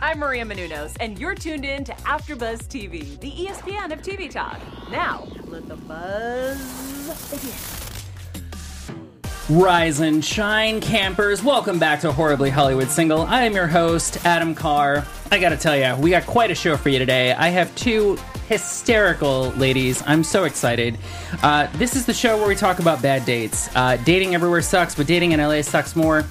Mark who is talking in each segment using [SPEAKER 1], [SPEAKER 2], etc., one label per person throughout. [SPEAKER 1] I'm Maria Menounos, and you're tuned in to AfterBuzz TV, the E ESPN of TV talk. Now, let the buzz begin.
[SPEAKER 2] Rise and shine, campers. Welcome back to Horribly Hollywood Single. I am your host, Adam Carr. I gotta tell you, we got quite a show for you today. I have two hysterical ladies. I'm so excited. Uh, this is the show where we talk about bad dates. Uh, dating everywhere sucks, but dating in LA sucks more.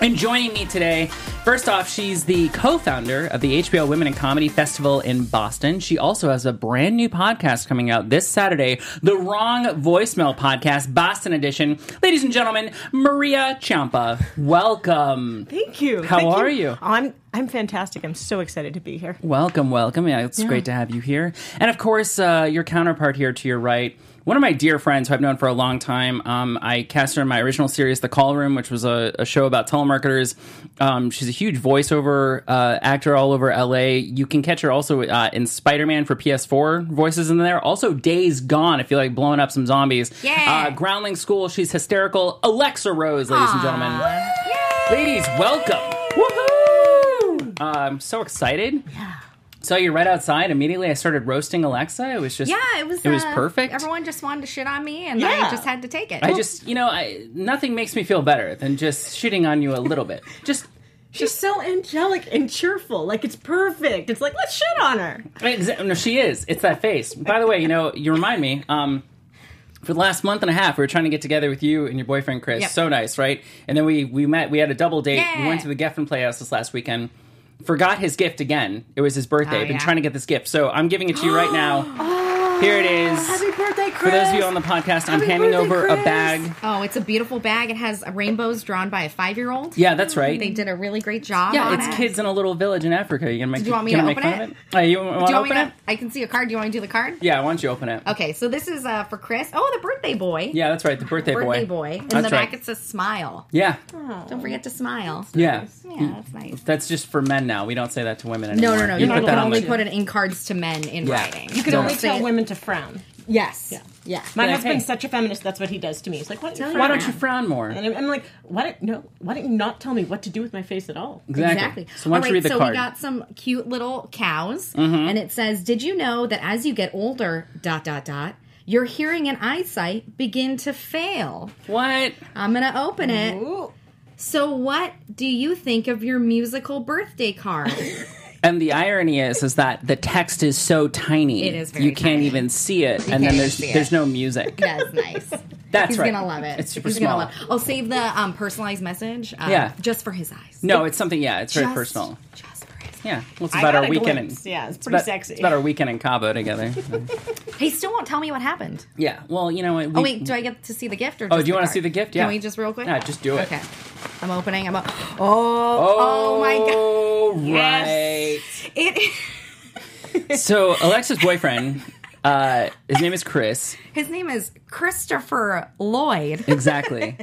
[SPEAKER 2] And joining me today, first off, she's the co founder of the HBO Women in Comedy Festival in Boston. She also has a brand new podcast coming out this Saturday, the Wrong Voicemail Podcast, Boston Edition. Ladies and gentlemen, Maria Ciampa, welcome.
[SPEAKER 3] Thank you.
[SPEAKER 2] How
[SPEAKER 3] Thank
[SPEAKER 2] are you?
[SPEAKER 3] I'm I'm fantastic. I'm so excited to be here.
[SPEAKER 2] Welcome, welcome. Yeah, it's great to have you here. And of course, uh, your counterpart here to your right, one of my dear friends who I've known for a long time. Um, I cast her in my original series, The Call Room, which was a, a show about telemarketers. Um, she's a huge voiceover uh, actor all over LA. You can catch her also uh, in Spider Man for PS4 voices in there. Also, Days Gone, if you like blowing up some zombies.
[SPEAKER 4] Yeah.
[SPEAKER 2] Uh, Groundling School, she's hysterical. Alexa Rose, ladies and gentlemen. Ladies, welcome. Woohoo! Uh, I'm so excited. Yeah. So you're right outside. Immediately, I started roasting Alexa. It was just
[SPEAKER 4] Yeah, it was.
[SPEAKER 2] it was
[SPEAKER 4] uh,
[SPEAKER 2] perfect.
[SPEAKER 4] Everyone just wanted to shit on me, and
[SPEAKER 3] Yeah.
[SPEAKER 4] I just had to take it.
[SPEAKER 2] I just you know I, nothing makes me feel better than just shitting on you a little bit. Just
[SPEAKER 3] She's so angelic and cheerful. Like it's perfect. It's like let's shit on her.
[SPEAKER 2] Exa- no, she is. It's that face. By the way, you know you remind me. Um, for the last month and a half, we were trying to get together with you and your boyfriend Chris.
[SPEAKER 4] Yep.
[SPEAKER 2] So nice, right? And then we we met. We had a double date. We
[SPEAKER 4] Yeah.
[SPEAKER 2] went to the Geffen Playhouse this last weekend. Forgot his gift again. It was his birthday.
[SPEAKER 4] Oh,
[SPEAKER 2] Been
[SPEAKER 4] yeah. Oh,
[SPEAKER 2] trying to get this gift, so I'm giving it to you right now. Here it is.
[SPEAKER 3] Happy birthday, Chris.
[SPEAKER 2] For those of you on the podcast, I'm
[SPEAKER 3] Happy
[SPEAKER 2] handing
[SPEAKER 3] birthday,
[SPEAKER 2] over a
[SPEAKER 3] Chris.
[SPEAKER 2] bag.
[SPEAKER 4] oh, it's a beautiful bag. It has rainbows drawn by a five-year-old.
[SPEAKER 2] Yeah, that's right.
[SPEAKER 4] they did a really great job.
[SPEAKER 2] yeah,
[SPEAKER 4] on
[SPEAKER 2] it's
[SPEAKER 4] it.
[SPEAKER 2] kids in a little village in Africa. You gonna make?
[SPEAKER 4] Do you want me
[SPEAKER 2] gonna
[SPEAKER 4] to
[SPEAKER 2] make
[SPEAKER 4] open
[SPEAKER 2] fun
[SPEAKER 4] it?
[SPEAKER 2] of Uh, you want
[SPEAKER 4] Do
[SPEAKER 2] to
[SPEAKER 4] you want
[SPEAKER 2] open
[SPEAKER 4] me
[SPEAKER 2] it?
[SPEAKER 4] to? I can see a card. Do you want me to do the card?
[SPEAKER 2] Yeah, why don't you open it?
[SPEAKER 4] Okay, so this is uh, for Chris. Oh, the birthday boy.
[SPEAKER 2] Yeah, that's right. The birthday,
[SPEAKER 4] Birthday boy. In
[SPEAKER 2] That's
[SPEAKER 4] the
[SPEAKER 2] right.
[SPEAKER 4] back, it says smile.
[SPEAKER 2] Yeah,
[SPEAKER 4] Don't forget to smile.
[SPEAKER 2] yeah.
[SPEAKER 4] Yeah, that's nice.
[SPEAKER 2] That's just for men now. We don't say that to women
[SPEAKER 4] No,
[SPEAKER 2] anymore.
[SPEAKER 4] no, no. You,
[SPEAKER 2] put
[SPEAKER 4] can
[SPEAKER 2] that on
[SPEAKER 4] only
[SPEAKER 2] the-
[SPEAKER 4] put it in cards to men in
[SPEAKER 2] Yeah.
[SPEAKER 4] writing.
[SPEAKER 2] You
[SPEAKER 3] You can
[SPEAKER 2] Yeah.
[SPEAKER 3] only
[SPEAKER 2] Say
[SPEAKER 3] tell women to frown.
[SPEAKER 4] Yes. Yeah.
[SPEAKER 3] My
[SPEAKER 2] Yeah,
[SPEAKER 3] husband's
[SPEAKER 2] hey.
[SPEAKER 3] such a feminist. That's what he does to me. He's like, what?
[SPEAKER 4] Tell
[SPEAKER 2] Why
[SPEAKER 4] your
[SPEAKER 2] don't you frown more?
[SPEAKER 3] And I'm, I'm like, why don't no? Why don't you not tell me what to do with my face at all?
[SPEAKER 2] Exactly. So why don't
[SPEAKER 4] All right,
[SPEAKER 2] you read the
[SPEAKER 4] so
[SPEAKER 2] card? Mm-hmm.
[SPEAKER 4] we got some cute little cows, and it says, "Did you know that as you get older, dot dot dot, your hearing and eyesight begin to fail?"
[SPEAKER 2] what?
[SPEAKER 4] I'm gonna open it. So, what do you think of your musical birthday card?
[SPEAKER 2] And the irony is, is that the text is so tiny.
[SPEAKER 4] It is very
[SPEAKER 2] you can't
[SPEAKER 4] tiny.
[SPEAKER 2] even see it, and
[SPEAKER 4] can't
[SPEAKER 2] then
[SPEAKER 4] even
[SPEAKER 2] there's
[SPEAKER 4] see it.
[SPEAKER 2] there's no music.
[SPEAKER 4] That's nice.
[SPEAKER 2] That's
[SPEAKER 4] He's
[SPEAKER 2] right.
[SPEAKER 4] gonna love it.
[SPEAKER 2] It's super
[SPEAKER 4] He's
[SPEAKER 2] small.
[SPEAKER 4] Gonna love it. I'll save the um, personalized message. Um,
[SPEAKER 2] Yeah.
[SPEAKER 4] just for his eyes.
[SPEAKER 2] No, it's something. Yeah, it's very
[SPEAKER 4] Just-
[SPEAKER 2] personal.
[SPEAKER 4] Just for his eyes.
[SPEAKER 2] Yeah, well, it's
[SPEAKER 3] I
[SPEAKER 2] about
[SPEAKER 3] got
[SPEAKER 2] our
[SPEAKER 3] a
[SPEAKER 2] weekend.
[SPEAKER 3] glimpse.
[SPEAKER 2] in-
[SPEAKER 3] Yeah, it's pretty
[SPEAKER 2] about-
[SPEAKER 3] sexy.
[SPEAKER 2] It's about our weekend in Cabo together.
[SPEAKER 4] He still won't tell me what happened.
[SPEAKER 2] yeah. Well, you know what? We,
[SPEAKER 4] Oh wait, do I get to see the gift or? Just
[SPEAKER 2] Oh, do you
[SPEAKER 4] want
[SPEAKER 2] wanna
[SPEAKER 4] to
[SPEAKER 2] see the gift? Yeah.
[SPEAKER 4] Can we just real quick?
[SPEAKER 2] Yeah, just do it.
[SPEAKER 4] Okay. I'm opening. I'm. O- oh, oh. my god.
[SPEAKER 2] Right.
[SPEAKER 4] It.
[SPEAKER 2] So Alexa's boyfriend, uh, his name is Chris.
[SPEAKER 4] His name is Christopher Lloyd.
[SPEAKER 2] Exactly.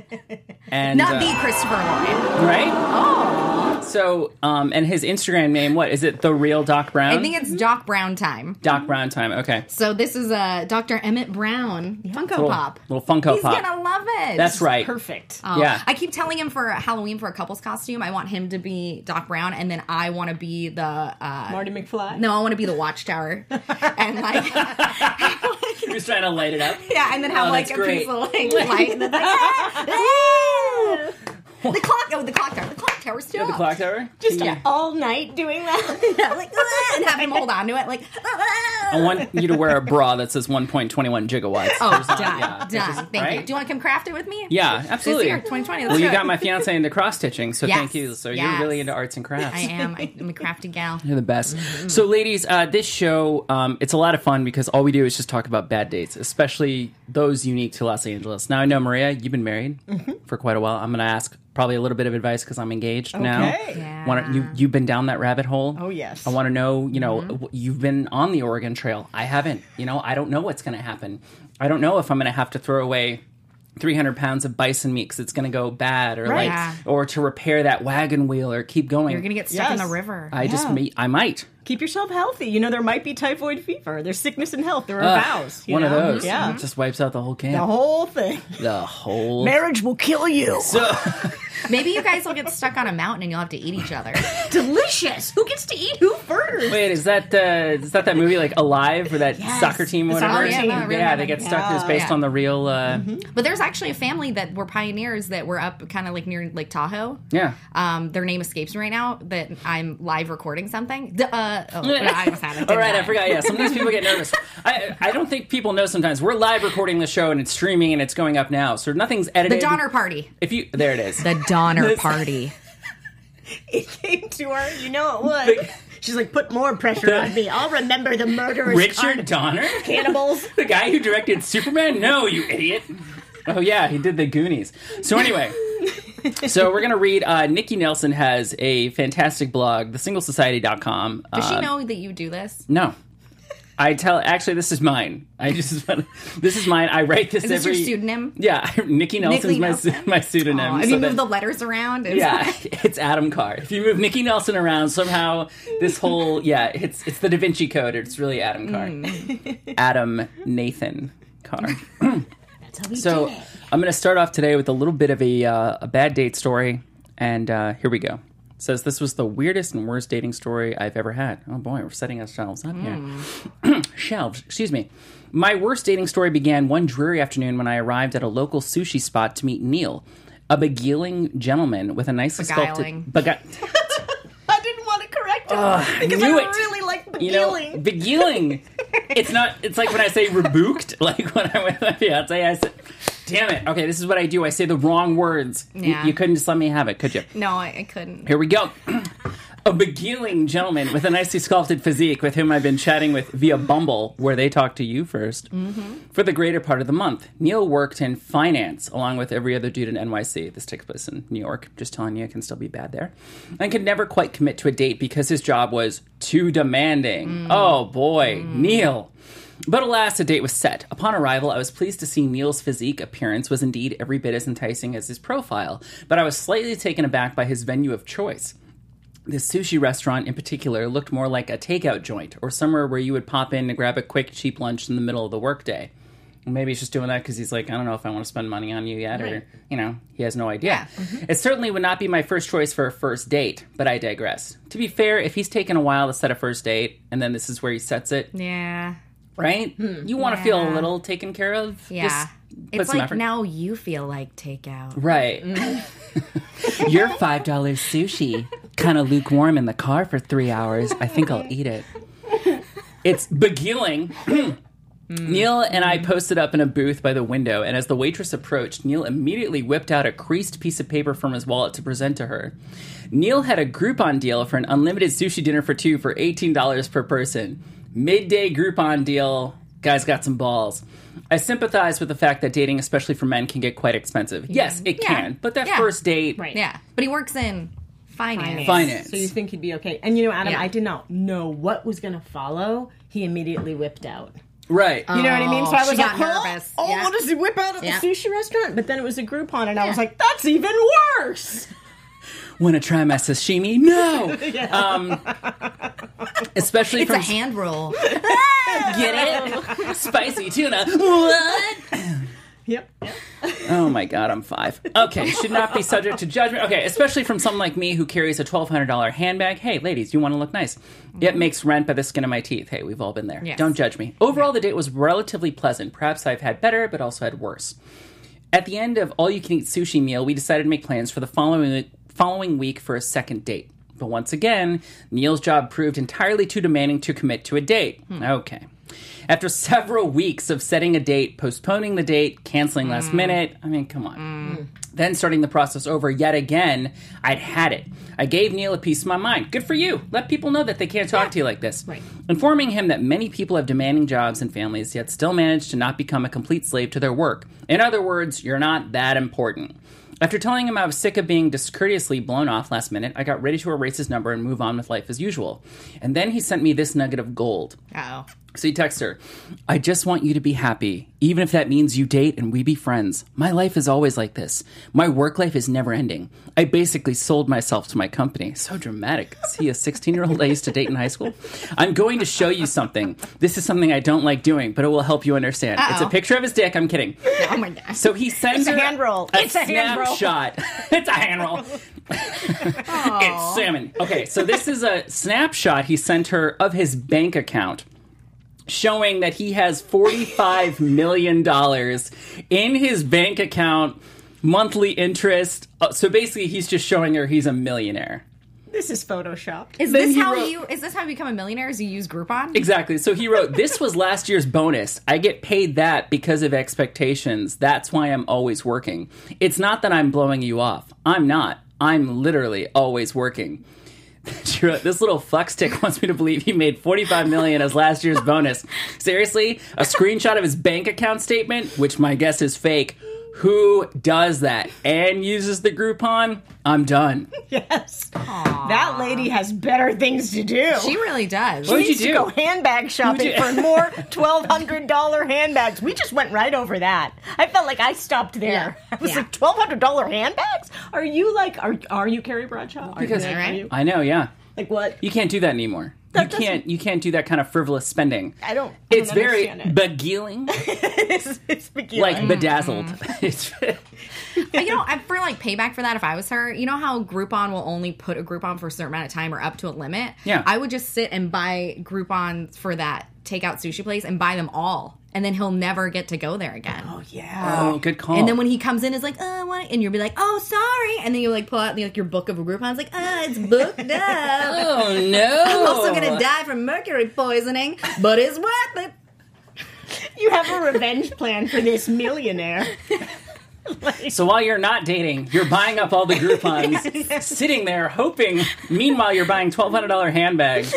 [SPEAKER 2] And
[SPEAKER 4] Not
[SPEAKER 2] uh,
[SPEAKER 4] the Christopher Lloyd.
[SPEAKER 2] right.
[SPEAKER 4] Oh.
[SPEAKER 2] So um, and his Instagram name, what is it? The real Doc Brown.
[SPEAKER 4] I think it's Doc Brown time.
[SPEAKER 2] Doc Brown time. Okay.
[SPEAKER 4] So this is uh, Dr. Emmett Brown Funko
[SPEAKER 2] Little,
[SPEAKER 4] Pop.
[SPEAKER 2] little Funko
[SPEAKER 4] He's
[SPEAKER 2] Pop.
[SPEAKER 4] gonna love it.
[SPEAKER 2] That's right.
[SPEAKER 3] Perfect.
[SPEAKER 4] Oh,
[SPEAKER 2] Yeah.
[SPEAKER 4] I keep telling him for Halloween for a couple's costume, I want him to be Doc Brown, and then I want to be the uh,
[SPEAKER 3] Marty McFly.
[SPEAKER 4] no, I want to be the Watchtower, and like
[SPEAKER 2] He was trying to light it up.
[SPEAKER 4] yeah, and then have
[SPEAKER 2] Oh,
[SPEAKER 4] like
[SPEAKER 2] that's
[SPEAKER 4] a
[SPEAKER 2] great.
[SPEAKER 4] piece of like light that's like ah, ah. the clock. Oh, the clock tower. The clock tower still.
[SPEAKER 2] The clock tower.
[SPEAKER 3] Just
[SPEAKER 2] yeah.
[SPEAKER 3] all night doing that.
[SPEAKER 4] like ah, and have him hold on to it like. ah,
[SPEAKER 2] I want you to wear a bra that says 1.21 gigawatts.
[SPEAKER 4] Oh, done,
[SPEAKER 2] yeah,
[SPEAKER 4] done.
[SPEAKER 2] this is-
[SPEAKER 4] Thank you.
[SPEAKER 2] right?
[SPEAKER 4] Do you want to come craft it with me?
[SPEAKER 2] Yeah, absolutely.
[SPEAKER 4] This year, 2020. Let's
[SPEAKER 2] well,
[SPEAKER 4] do
[SPEAKER 2] you
[SPEAKER 4] it.
[SPEAKER 2] got my fiance into cross stitching, so
[SPEAKER 4] Yes,
[SPEAKER 2] thank you. So you're
[SPEAKER 4] yes.
[SPEAKER 2] really into arts and crafts.
[SPEAKER 4] I am. I'm a crafty gal.
[SPEAKER 2] You're the best.
[SPEAKER 3] Mm-hmm.
[SPEAKER 2] So, ladies, uh, this show um, it's a lot of fun because all we do is just talk about bad dates, especially those unique to Los Angeles. Now, I know Maria, you've been married
[SPEAKER 3] Mm-hmm.
[SPEAKER 2] for quite a while. I'm going to ask probably a little bit of advice because I'm engaged now.
[SPEAKER 3] Okay.
[SPEAKER 4] Yeah.
[SPEAKER 2] Wanna, you you've been down that rabbit hole.
[SPEAKER 3] Oh, yes.
[SPEAKER 2] I want to know. You know, w- you've been on the Oregon Trail. I haven't. You know, I don't know what's going to happen. I don't know if I'm going to have to throw away. 300 pounds of bison meat because it's going to go bad or
[SPEAKER 3] Right.
[SPEAKER 2] like
[SPEAKER 4] Yeah.
[SPEAKER 2] or to repair that wagon wheel or keep going
[SPEAKER 4] You're gonna get stuck in
[SPEAKER 3] Yes.
[SPEAKER 4] the river.
[SPEAKER 2] i just
[SPEAKER 3] Yeah.
[SPEAKER 2] me i might
[SPEAKER 3] Keep yourself healthy. You know there might be typhoid fever. There's sickness and health. There are
[SPEAKER 2] Ugh,
[SPEAKER 3] vows.
[SPEAKER 2] Uh,
[SPEAKER 3] you
[SPEAKER 2] One of
[SPEAKER 3] know?
[SPEAKER 2] those.
[SPEAKER 3] Yeah.
[SPEAKER 2] It just wipes out the whole camp.
[SPEAKER 3] The whole thing.
[SPEAKER 2] The whole.
[SPEAKER 3] Marriage will kill you.
[SPEAKER 2] so,
[SPEAKER 4] Maybe you guys will get stuck on a mountain and you'll have to eat each other.
[SPEAKER 3] Delicious. Who gets to eat who first?
[SPEAKER 2] Wait, is that uh, is that that movie like Alive or that soccer team or
[SPEAKER 3] The
[SPEAKER 2] whatever?
[SPEAKER 3] soccer team. Oh, yeah,
[SPEAKER 4] yeah,
[SPEAKER 2] they
[SPEAKER 4] yeah.
[SPEAKER 2] get stuck. It's based
[SPEAKER 4] Yeah.
[SPEAKER 2] on the real. Uh,
[SPEAKER 4] But there's actually a family that were pioneers that were up kind of like near Lake Tahoe.
[SPEAKER 2] Yeah.
[SPEAKER 4] Um, their name escapes me right now, but I'm live recording something. D- uh, oh, I was had it.
[SPEAKER 2] All right, I
[SPEAKER 4] didn't
[SPEAKER 2] forgot. Yeah, sometimes people get nervous. I I don't think people know. Sometimes we're live recording the show and it's streaming and it's going up now, so nothing's
[SPEAKER 4] The
[SPEAKER 2] edited.
[SPEAKER 4] Donner Party.
[SPEAKER 2] If you there, it is.
[SPEAKER 4] The Donner Party.
[SPEAKER 3] It came to her. You know it would. She's like, put more pressure on me. I'll remember the murderers.
[SPEAKER 2] Richard Donner,
[SPEAKER 3] cannibals.
[SPEAKER 2] the guy who directed Superman. No, you idiot. Oh yeah, he did the Goonies. So anyway. So we're gonna read. Uh, Nikki Nelson has a fantastic blog, thesinglesociety.com.
[SPEAKER 4] Does she know that you do this?
[SPEAKER 2] Uh, No. I tell actually this is mine. I just this is mine. I write this
[SPEAKER 4] Is this
[SPEAKER 2] every
[SPEAKER 4] your pseudonym?
[SPEAKER 2] Yeah, Nikki Nelson's my
[SPEAKER 4] Nelson.
[SPEAKER 2] pse- my pseudonym.
[SPEAKER 4] Oh, if
[SPEAKER 2] so
[SPEAKER 4] you move
[SPEAKER 2] that-
[SPEAKER 4] the letters around, it's
[SPEAKER 2] yeah, it's Adam Carr. If you move Nikki Nelson around, somehow this whole yeah, it's it's the Da Vinci Code. It's really Adam Carr,
[SPEAKER 4] Hmm.
[SPEAKER 2] Adam Nathan Carr.
[SPEAKER 3] That's how we
[SPEAKER 2] So
[SPEAKER 3] did it.
[SPEAKER 2] I'm going to start off today with a little bit of a, uh, a bad date story, and uh, here we go. It says this was the weirdest and worst dating story I've ever had. Oh boy, we're setting ourselves up
[SPEAKER 3] Hmm.
[SPEAKER 2] here. Shelves, excuse me. My worst dating story began one dreary afternoon when I arrived at a local sushi spot to meet Neil, a beguiling gentleman with a nicely
[SPEAKER 4] Beguiling.
[SPEAKER 2] sculpted. Begu-
[SPEAKER 3] I didn't want to correct her because
[SPEAKER 2] knew
[SPEAKER 3] I
[SPEAKER 2] it.
[SPEAKER 3] really like
[SPEAKER 2] you know,
[SPEAKER 3] beguiling.
[SPEAKER 2] beguiling. it's not. It's like when I say rebooked. Like when I'm with my fiance, I say, "Damn it! Okay, this is what I do. I say the wrong words. You-
[SPEAKER 4] Yeah.
[SPEAKER 2] You, couldn't just let me have it, could you?
[SPEAKER 4] No, I, I couldn't.
[SPEAKER 2] Here we go. A beguiling gentleman with a nicely sculpted physique with whom I've been chatting with via Bumble, where they talk to you 1st for the greater part of the month. Neil worked in finance along with every other dude in NYC. This takes place in New York, just telling you it can still be bad there. And could never quite commit to a date because his job was too demanding. Oh boy, Neil. But alas, a date was set. Upon arrival, I was pleased to see Neil's physique appearance was indeed every bit as enticing as his profile, but I was slightly taken aback by his venue of choice. The sushi restaurant in particular looked more like a takeout joint or somewhere where you would pop in to grab a quick, cheap lunch in the middle of the workday. Maybe he's just doing that because he's like, I don't know if I want to spend money on you yet, or, you know, he has no idea. Mm-hmm. It certainly would not be my first choice for a first date, but I digress. To be fair, if he's taken a while to set a first date and then this is where he sets it,
[SPEAKER 4] Yeah.
[SPEAKER 2] right? You want to feel a
[SPEAKER 4] Hmm. Yeah.
[SPEAKER 2] little taken care of.
[SPEAKER 4] Yeah.
[SPEAKER 2] Just put
[SPEAKER 4] it's
[SPEAKER 2] some
[SPEAKER 4] like
[SPEAKER 2] effort.
[SPEAKER 4] now you feel like takeout.
[SPEAKER 2] Right. Your $5 sushi, kind of lukewarm in the car for three hours. I think I'll eat it. It's beguiling. Neil and I posted up in a booth by the window, and as the waitress approached, Neil immediately whipped out a creased piece of paper from his wallet to present to her. Neil had a Groupon deal for an unlimited sushi dinner for two for $18 per person. Midday Groupon deal. Guys got some balls. I sympathize with the fact that dating, especially for men, can get quite expensive. Yes, it
[SPEAKER 4] Yeah.
[SPEAKER 2] can. But that
[SPEAKER 4] Yeah.
[SPEAKER 2] first date,
[SPEAKER 3] Right.
[SPEAKER 4] Yeah. But he works in finance.
[SPEAKER 2] finance.
[SPEAKER 3] So you think he'd be okay? And you know, Adam,
[SPEAKER 4] Yeah.
[SPEAKER 3] I did not know what was going to follow. He immediately whipped out. Oh,
[SPEAKER 2] right.
[SPEAKER 3] You know what I mean? So I
[SPEAKER 4] she
[SPEAKER 3] was
[SPEAKER 4] got
[SPEAKER 3] like, huh?
[SPEAKER 4] nervous.
[SPEAKER 3] "Oh,
[SPEAKER 4] Yeah.
[SPEAKER 3] what does he whip out at
[SPEAKER 4] Yeah.
[SPEAKER 3] the sushi restaurant?" But then it was a Groupon, and I was
[SPEAKER 4] Yeah.
[SPEAKER 3] like, "That's even worse."
[SPEAKER 2] Want to try my sashimi? No! um, especially
[SPEAKER 4] It's
[SPEAKER 2] from
[SPEAKER 4] a hand roll.
[SPEAKER 2] get it? Spicy tuna. What?
[SPEAKER 3] Yep. yep.
[SPEAKER 2] Oh my god, I'm five. Okay, should not be subject to judgment. Okay, especially from someone like me who carries a twelve hundred dollar handbag. Hey, ladies, you want to look nice? It makes rent by the skin of my teeth. Hey, we've all been there.
[SPEAKER 4] Yes.
[SPEAKER 2] Don't judge me. Overall, the date was relatively pleasant. Perhaps I've had better, but also had worse. At the end of all you can eat sushi meal, we decided to make plans for the following following week for a second date. But once again, Neil's job proved entirely too demanding to commit to a date. Okay. After several weeks of setting a date, postponing the date, canceling last minute, I mean, come on. Then starting the process over yet again, I'd had it. I gave Neil a piece of my mind. Good for you. Let people know that they can't talk to you like this.
[SPEAKER 3] Right.
[SPEAKER 2] Informing him that many people have demanding jobs and families, yet still manage to not become a complete slave to their work. In other words, you're not that important. After telling him I was sick of being discourteously blown off last minute, I got ready to erase his number and move on with life as usual. And then he sent me this nugget of gold.
[SPEAKER 4] oh.
[SPEAKER 2] So he texts her, I just want you to be happy, even if that means you date and we be friends. My life is always like this. My work life is never ending. I basically sold myself to my company. So dramatic. See a 16 year old I used to date in high school? I'm going to show you something. This is something I don't like doing, but it will help you understand. It's a
[SPEAKER 4] Uh-oh.
[SPEAKER 2] picture of his dick. I'm kidding.
[SPEAKER 4] Oh my gosh.
[SPEAKER 2] So he sends
[SPEAKER 3] It's a
[SPEAKER 2] her
[SPEAKER 3] hand roll.
[SPEAKER 2] A
[SPEAKER 3] It's a hand roll.
[SPEAKER 2] snapshot. it's a hand roll. it's salmon. Okay, so this is a snapshot he sent her of his bank account. Showing that he has $45 million in his bank account, monthly interest. Uh, So basically, he's just showing her he's a millionaire.
[SPEAKER 3] This is photoshopped.
[SPEAKER 4] is
[SPEAKER 2] then
[SPEAKER 4] this
[SPEAKER 2] he
[SPEAKER 4] how
[SPEAKER 2] wrote-
[SPEAKER 4] you is this how you become a millionaire? Is you use Groupon?
[SPEAKER 2] Exactly. So he wrote, This was last year's bonus. I get paid that because of expectations. That's why I'm always working. It's not that I'm blowing you off. I'm not. I'm literally always working. She wrote, This little fuck stick wants me to believe he made 45 million as last year's bonus. Seriously? A screenshot of his bank account statement, which my guess is fake. Who does that and uses the Groupon? I'm done.
[SPEAKER 3] Yes. That lady has better things to do.
[SPEAKER 4] She really does.
[SPEAKER 2] What did you
[SPEAKER 3] needs to
[SPEAKER 2] do?
[SPEAKER 3] go handbag shopping
[SPEAKER 2] Who'd you-
[SPEAKER 3] for more twelve hundred dollar handbags. We just went right over that. I felt like I stopped there.
[SPEAKER 4] Yeah.
[SPEAKER 3] I was
[SPEAKER 4] Yeah.
[SPEAKER 3] like twelve hundred dollar handbags. Are you like are are you Carrie Bradshaw? Are
[SPEAKER 2] Because-
[SPEAKER 3] you, like,
[SPEAKER 4] Alright.
[SPEAKER 3] are you-
[SPEAKER 2] I know, yeah.
[SPEAKER 3] like what?
[SPEAKER 2] You can't do that anymore.
[SPEAKER 3] That
[SPEAKER 2] you
[SPEAKER 3] doesn't-
[SPEAKER 2] can't. You can't do that kind of frivolous spending.
[SPEAKER 3] I don't. I
[SPEAKER 2] It's
[SPEAKER 3] don't
[SPEAKER 2] very
[SPEAKER 3] understand it. Mm-hmm.
[SPEAKER 2] beguiling,
[SPEAKER 3] it's, it's
[SPEAKER 2] like
[SPEAKER 3] beguiling.
[SPEAKER 2] bedazzled. It's-
[SPEAKER 4] But, you know, I- for like payback for that, if I was her, you know how Groupon will only put a Groupon for a certain amount of time or up to a limit?
[SPEAKER 2] Yeah.
[SPEAKER 4] I would just sit and buy Groupons for that takeout sushi place and buy them all. And then he'll never get to go there again.
[SPEAKER 3] yeah.
[SPEAKER 2] oh, good call.
[SPEAKER 4] And then when he comes in, is like, oh, what? And you'll be like, oh, sorry. And then you'll like pull out like your book of Groupon's, like, oh, it's booked up.
[SPEAKER 2] oh no,
[SPEAKER 4] I'm also gonna die from mercury poisoning, but it's worth it.
[SPEAKER 3] You have a revenge plan for this millionaire.
[SPEAKER 2] So while you're not dating, you're buying up all the Groupon's, sitting there hoping. Meanwhile, you're buying twelve hundred dollar handbags,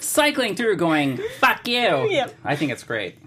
[SPEAKER 2] cycling through, going "fuck you."
[SPEAKER 3] Yep.
[SPEAKER 2] I think it's great.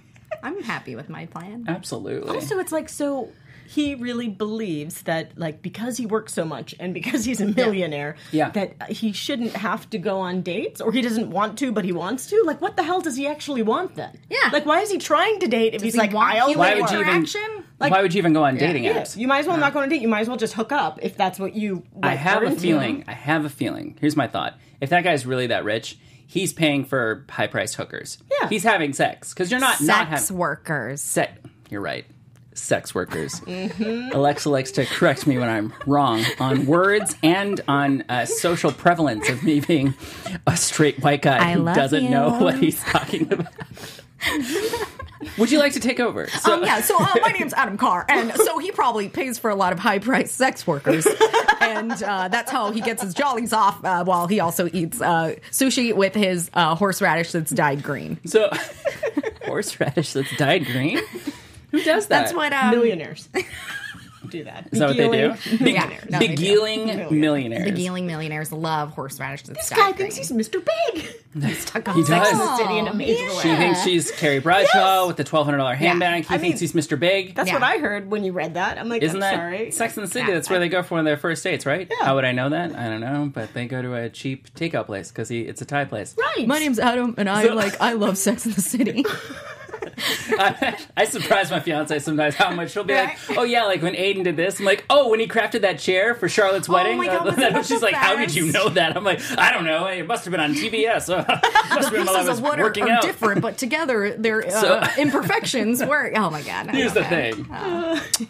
[SPEAKER 4] I'm happy with my plan.
[SPEAKER 2] Absolutely.
[SPEAKER 3] So it's like so he really believes that like because he works so much and because he's a millionaire
[SPEAKER 2] Yeah.
[SPEAKER 3] that he shouldn't have to go on dates or he doesn't want to but he wants to like what the hell does he actually want then
[SPEAKER 4] Yeah.
[SPEAKER 3] like why is he trying to date if he's
[SPEAKER 4] Does he
[SPEAKER 3] like
[SPEAKER 4] want
[SPEAKER 3] I only
[SPEAKER 2] Why
[SPEAKER 4] human
[SPEAKER 2] would
[SPEAKER 3] want
[SPEAKER 2] you even-
[SPEAKER 4] interaction?
[SPEAKER 3] like-
[SPEAKER 2] Why would you even go on dating
[SPEAKER 3] Yeah,
[SPEAKER 2] apps?
[SPEAKER 3] you might as well not go on a date you might as well just hook up if that's what you like,
[SPEAKER 2] I have
[SPEAKER 3] are
[SPEAKER 2] a
[SPEAKER 3] into.
[SPEAKER 2] feeling. I have a feeling. Here's my thought. If that guy's really that rich, he's paying for high priced hookers.
[SPEAKER 3] Yeah.
[SPEAKER 2] He's having sex because you're not not
[SPEAKER 4] Sex
[SPEAKER 2] having
[SPEAKER 4] workers.
[SPEAKER 2] sex. You're right. Sex workers.
[SPEAKER 4] Mm-hmm.
[SPEAKER 2] Alexa likes to correct me when I'm wrong on words and on uh, social prevalence of me being a straight white guy
[SPEAKER 4] I
[SPEAKER 2] who
[SPEAKER 4] love
[SPEAKER 2] doesn't
[SPEAKER 4] you.
[SPEAKER 2] know what he's talking about. Would you like to take over? So-
[SPEAKER 4] Um, yeah, so uh, my name's Adam Carr, and so he probably pays for a lot of high priced sex workers. and uh, that's how he gets his jollies off uh, while he also eats uh, sushi with his uh, horseradish that's dyed green.
[SPEAKER 2] So, horseradish that's dyed green. Who does that?
[SPEAKER 4] That's what. Um,
[SPEAKER 3] millionaires do that
[SPEAKER 2] Is that what they do? Be-
[SPEAKER 4] Yeah, no, they do.
[SPEAKER 2] beguiling millionaires.
[SPEAKER 4] Beguiling millionaires love horseradish that's
[SPEAKER 3] This guy
[SPEAKER 4] dyed green.
[SPEAKER 3] thinks he's Mr. Big. He's stuck on
[SPEAKER 2] He
[SPEAKER 3] Sex
[SPEAKER 2] does.
[SPEAKER 3] and the City in a major way.
[SPEAKER 2] She thinks she's Carrie Bradshaw with the twelve hundred dollar handbag. He
[SPEAKER 3] I
[SPEAKER 2] thinks
[SPEAKER 3] mean,
[SPEAKER 2] he's Mr. Big.
[SPEAKER 3] That's
[SPEAKER 4] Yeah.
[SPEAKER 3] what I heard when you read that. I'm like,
[SPEAKER 2] Isn't
[SPEAKER 3] I'm
[SPEAKER 2] that
[SPEAKER 3] sorry.
[SPEAKER 2] Sex and the City?
[SPEAKER 4] Yeah,
[SPEAKER 2] that's where they go for one of their first dates, right?
[SPEAKER 3] Yeah.
[SPEAKER 2] How would I know that? I don't know, but they go to a cheap takeout place because it's a Thai place.
[SPEAKER 3] Right.
[SPEAKER 4] My name's Adam, and I like I love Sex in the City.
[SPEAKER 2] I surprise my fiance sometimes how much she'll be like, "Oh yeah, like when Aiden did this." I'm like, "Oh, when he crafted that chair for Charlotte's
[SPEAKER 3] Oh
[SPEAKER 2] wedding."
[SPEAKER 4] my God, was
[SPEAKER 2] Then
[SPEAKER 4] it
[SPEAKER 2] she's like, "How did you
[SPEAKER 4] best?"
[SPEAKER 2] know that?" I'm like, "I don't know. It must have been on TBS. it must have been while I
[SPEAKER 4] Pieces
[SPEAKER 2] was
[SPEAKER 4] of wood are,
[SPEAKER 2] working
[SPEAKER 4] are
[SPEAKER 2] out."
[SPEAKER 4] different, but together their uh,
[SPEAKER 2] So-
[SPEAKER 4] imperfections work. Oh my god! I
[SPEAKER 2] Here's the
[SPEAKER 4] love it.